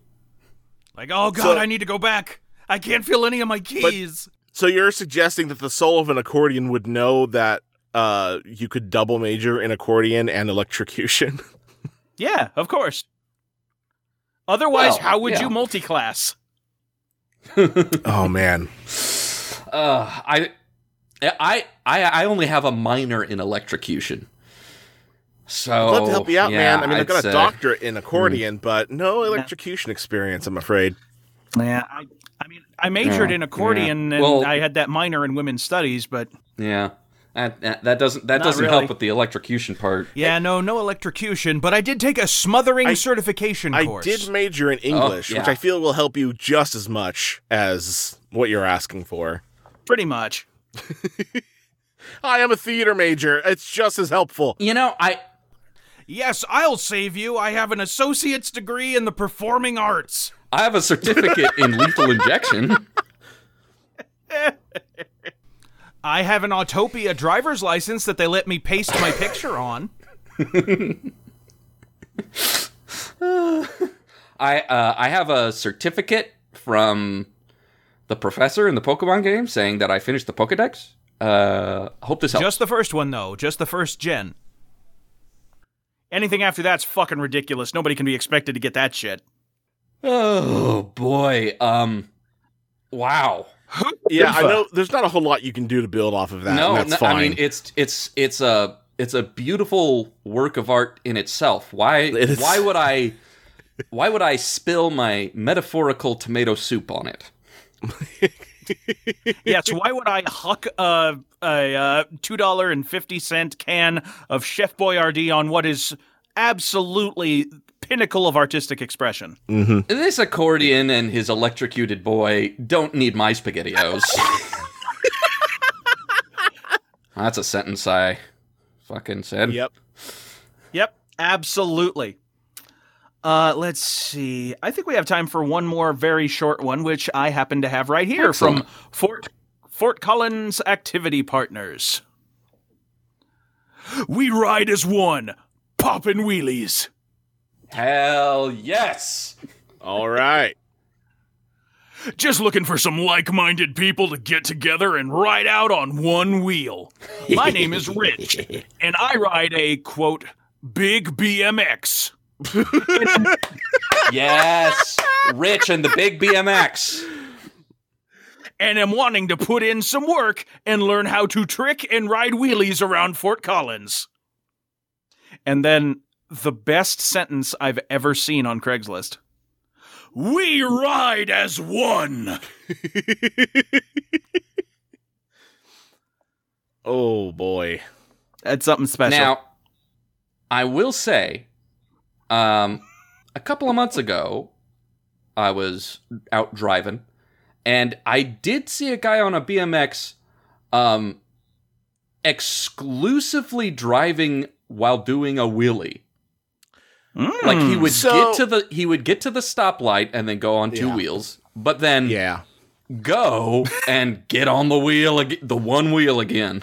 D: Like, oh god,
B: So-
D: I need to go back. I can't feel any of my keys.
B: So you're suggesting that the soul of an accordion would know that uh, you could double major in accordion and electrocution. <laughs>
A: yeah, of course. Otherwise,
C: Well,
A: how would
C: yeah.
A: you multi-class?
B: oh man.
C: Uh, I, I, I, I only have a minor in electrocution. So
B: I'd love to help you out,
C: Oh, yeah,
B: man. I mean, I've
C: I'd
B: got a
C: say-
B: doctorate in accordion, but no electrocution experience, I'm afraid.
A: Yeah, I, I mean, I majored
C: Yeah,
A: in accordion
C: yeah.
A: and
C: Well-
A: I had that minor in women's studies, but
C: Yeah, that, that, that doesn't that
A: Not
C: doesn't
A: really.
C: help with the electrocution part.
D: Yeah, no, no electrocution, but I did take a smothering
B: I-
D: certification
B: I
D: course.
B: did major in English, which
C: Oh, yeah.
B: I feel will help you just as much as what you're asking for.
A: pretty much.
B: I am a theater major. It's just as helpful.
C: You know, I
D: Yes, I'll save you. I have an associate's degree in the performing arts.
C: I have a certificate in lethal injection.
D: I have an Autopia driver's license that they let me paste my picture on.
C: I uh, I have a certificate from the professor in the Pokemon game saying that I finished the Pokedex. Uh, hope this helps.
A: Just the first one, though. Just the first gen. Anything after that's fucking ridiculous. Nobody can be expected to get that shit.
C: oh boy. Um. Wow.
B: Yeah, I know. There's not a whole lot you can do to build off of that.
C: no,
B: and that's
C: no,
B: fine.
C: I mean it's it's it's a it's a beautiful work of art in itself. Why
B: It is.
C: why would I why would I spill my metaphorical tomato soup on it?
A: Yes, why would I huck a, a, uh $2.50 can of Chef Boyardee on what is absolutely pinnacle of artistic expression?
B: Mm-hmm.
C: This accordion and his electrocuted boy don't need my spaghettios. That's a sentence I fucking said.
B: yep.
A: Yep, absolutely. Uh, let's see. I think we have time for one more very short one, which I happen to have right here
C: Excellent.
A: from Fort Fort Collins Activity Partners. We ride as one, poppin' wheelies.
C: Hell yes.
B: All right.
A: Just looking for some like minded people to get together and ride out on one wheel. My name is Rich,
C: <laughs>
A: and I ride a quote, big BMX.
C: Yes. Rich and the big BMX.
A: and am wanting to put in some work and learn how to trick and ride wheelies around Fort Collins. And then the best sentence I've ever seen on Craigslist. We ride as one.
B: Oh boy.
A: That's something
B: Uh,
A: special.
C: Now, I will say, um, a couple of months ago, I was out driving, and I did see a guy on a BMX, um, exclusively driving while doing a wheelie.
A: Mm.
C: Like he would
B: Hmm. So-
C: get to the he would get to the stoplight and then go on two
B: Yeah.
C: wheels, but then
B: Yeah.
C: go and get on the wheel ag- the one wheel again.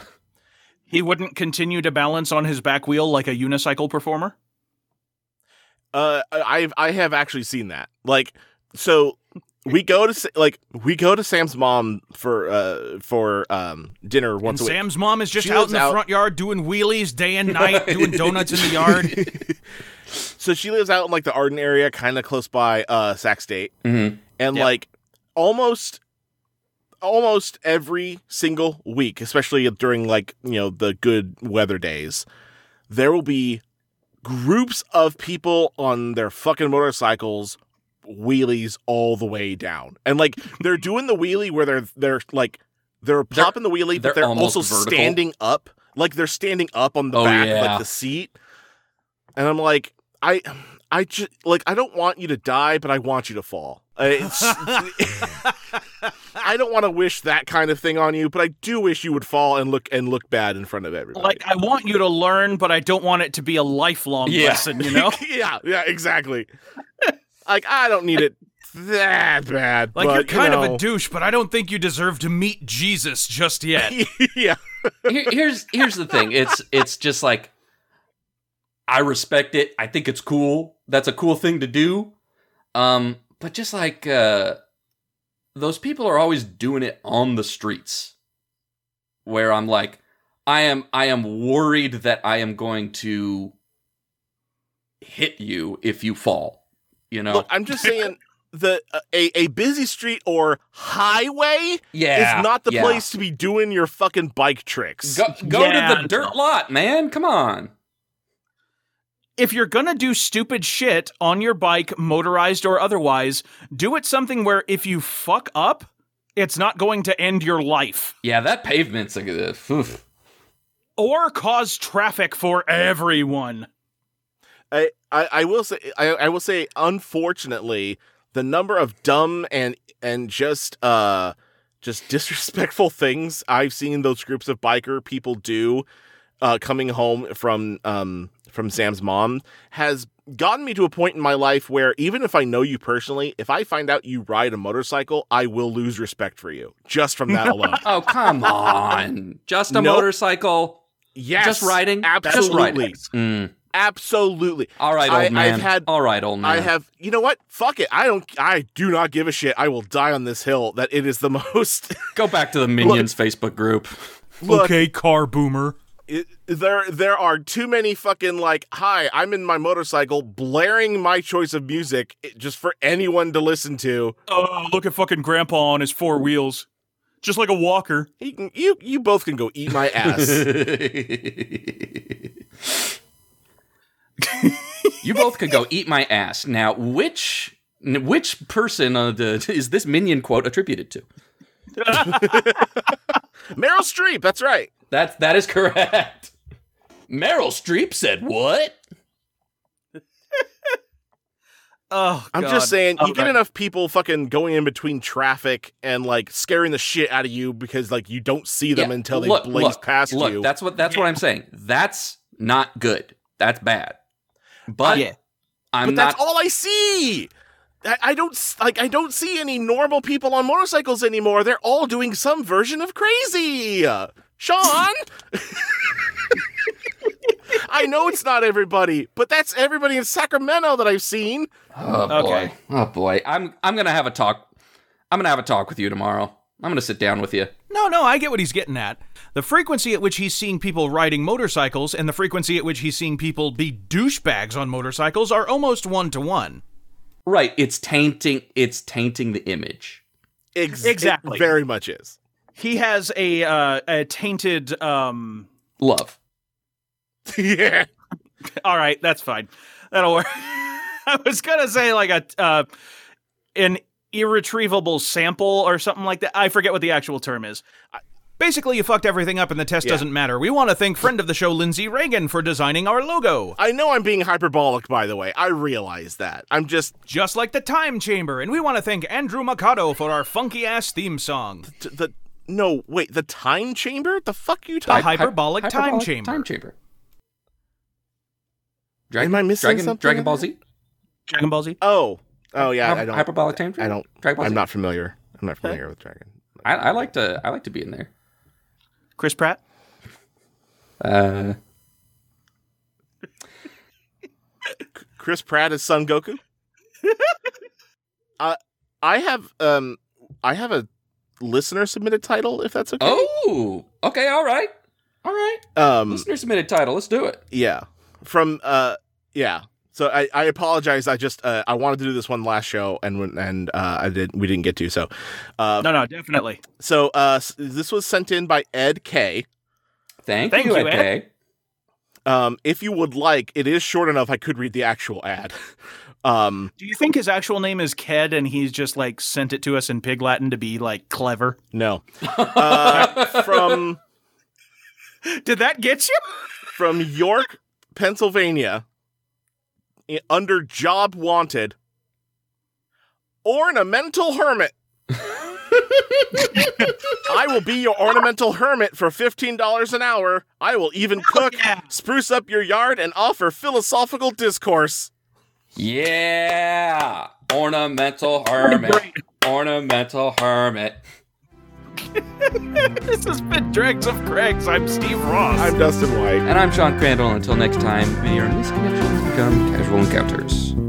A: he wouldn't continue to balance on his back wheel like a unicycle performer.
B: Uh, I- I've I have actually seen that. Like, so we go to Sa- like we go to Sam's mom for uh for um dinner
D: And
B: once a week.
D: Sam's mom is just
B: She
D: out
B: lives
D: in the
B: out-
D: front yard doing wheelies day and
A: <laughs>
D: night, doing donuts in the yard.
B: So she lives out in like the Arden area, kind of close by uh Sac State,
C: Mhm.
B: and
A: Yep.
B: like almost almost every single week, especially during like you know the good weather days, there will be groups of people on their fucking motorcycles wheelies all the way down, and like they're doing the wheelie where they're they're like they're
C: They're-
B: popping the wheelie,
C: they're
B: but they're
C: almost
B: also
C: vertical.
B: standing up, like they're standing up on the
C: Oh,
B: back,
C: yeah.
B: like the seat, and I'm like I. I just like I don't want you to die, but I want you to fall.
D: <laughs>
B: Uh, It's, I don't want to wish that kind of thing on you, but I do wish you would fall and look and look bad in front of everybody. <laughs>
A: Like I want you to learn, but I don't want it to be a lifelong
C: Yeah.
A: lesson. <laughs> You know,
B: yeah, yeah, exactly. like I don't need it that bad.
D: Like
B: but,
D: you're kind
B: you
D: of a douche, but I don't think you deserve to meet Jesus just yet.
B: know. yeah,
C: Here- here's here's the thing. It's it's just like I respect it. I think it's cool. That's a cool thing to do. Um, but just like uh, those people are always doing it on the streets, where I'm like, I am I am worried that I am going to hit you if you fall. You know?
B: Look, I'm just
D: <laughs>
B: saying the uh, a, a busy street or highway
C: yeah.
B: is not the
C: yeah.
B: place to be doing your fucking bike tricks.
C: Go, go to
A: Yeah.
C: the dirt lot, man. Come on.
A: <laughs> if you're gonna do stupid shit on your bike, motorized or otherwise, do it something where if you fuck up, it's not going to end your life
C: Yeah, that pavement's like, uh, oof.
A: or cause traffic for everyone.
B: I, I, I will say I, I will say unfortunately the number of dumb and and just uh just <laughs> disrespectful things I've seen those groups of biker people do uh, coming home from um from Sam's mom has gotten me to a point in my life where even if I know you personally, if I find out you ride a motorcycle, I will lose respect for you just from
C: <laughs>
B: that alone. <laughs>
C: Oh, come on. Just a
B: Nope.
C: motorcycle.
B: yes,
C: Just riding?
B: absolutely,
C: Just riding. Mm.
B: absolutely.
C: All right, old
B: I- I've
C: man.
B: had-
C: All right, old man.
B: I have, you know what? Fuck it. I don't. I do not give a shit. I will die on this hill. That it is the <laughs> most. <laughs>
C: Go back to the Minions Facebook group.
B: Look,
D: okay, car boomer.
B: it, there there are too many fucking like hi i'm in my motorcycle blaring my choice of music it- just for anyone to listen to
D: Oh, look at fucking grandpa on his four wheels. Just like a walker.
B: you can, you you both can go eat my
D: <laughs>
B: ass
C: you both could go eat my ass. Now, which which person uh, the, is this minion quote attributed to?
B: meryl streep that's right
C: That that is correct. Meryl Streep said what?
A: Oh,
B: i'm
A: God.
B: just saying you get
A: Okay.
B: enough people fucking going in between traffic and like scaring the shit out of you because like you don't see them
C: Yeah,
B: until they
C: look,
B: blaze
C: look,
B: past
C: Look,
B: you
C: that's what that's what I'm saying. That's not good. That's bad. But
A: Yeah.
C: I'm
B: but
C: not
B: that's all i see I, I don't s- like I don't see any normal people on motorcycles anymore. They're all doing some version of crazy. Sean, <laughs> I know it's not everybody, but that's everybody in Sacramento that I've seen.
C: Oh boy.
A: Okay.
C: Oh boy. I'm I'm gonna have a talk. I'm gonna have a talk with you tomorrow. I'm gonna sit down with you.
A: No, no, I get what he's getting at. The frequency at which he's seeing people riding motorcycles and the frequency at which he's seeing people be douchebags on motorcycles are almost one to one.
C: Right. It's tainting it's tainting the image.
B: Ex-
A: Exactly.
B: it very much
C: <laughs>
B: is.
A: He has a uh, a tainted. Um,
C: Love.
B: yeah,
A: all right, that's fine. That'll work. <laughs> I was gonna say like a uh, an irretrievable sample or something like that. I forget what the actual term is. Basically, you fucked everything up, and the test
B: Yeah.
A: doesn't matter. We want to thank friend of the show Lindsay Reagan for designing our logo.
B: I know I'm being hyperbolic, by the way. I realize that. I'm just
A: just like the Time Chamber, and we want to thank Andrew Mikado for our funky ass theme song.
B: t- the no wait the time chamber. The fuck you
A: The
B: talking?
A: hyperbolic, time
C: Hyperbolic
A: chamber.
C: Time chamber. Dragon,
B: Am I missing
C: Dragon,
B: something
C: Dragon
B: in
C: Ball
B: there?
C: Z?
A: Dragon Ball Z.
B: Oh, oh yeah. I
C: Hyper-
B: don't.
C: hyperbolic time chamber?
B: I don't.
C: Dragon Ball
B: I'm
C: Z?
B: not familiar. I'm not familiar with Dragon.
C: I, I like to I like to be in there.
A: Chris Pratt.
C: Uh
B: Chris Pratt is Son
C: <laughs>
B: Goku. uh, I have um, I have a listener submitted title. If that's okay.
C: oh okay, all right. All right.
B: um,
C: Listener submitted title, Oh. let's do it.
B: yeah, from uh, yeah. So I, I apologize. I just uh, I wanted to do this one last show and when- and uh, I did we didn't get to. So, uh,
A: No, no, definitely.
B: so uh, s- this was sent in by Ed K.
C: Thank,
A: Thank
C: you,
A: you,
C: Ed Kay.
B: Um, if you would like, it is short enough. I could read the actual ad. <laughs> um,
A: Do you think his actual name is Ked, and he's just like sent it to us in Pig Latin to be like clever?
C: <laughs>
B: no, uh, from
A: Did that get you? <laughs>
B: from York, Pennsylvania, i- under job wanted, ornamental hermit. I will be your ornamental hermit for $15 an hour. I will even cook,
A: yeah.
B: spruce up your yard, and offer philosophical discourse.
C: Yeah. Ornamental hermit. Ornamental hermit.
A: This has been Dregs of Craigs. I'm Steve Ross.
B: I'm Dustin White.
C: And I'm Sean Crandall. Until next time, may your misconnections become casual encounters.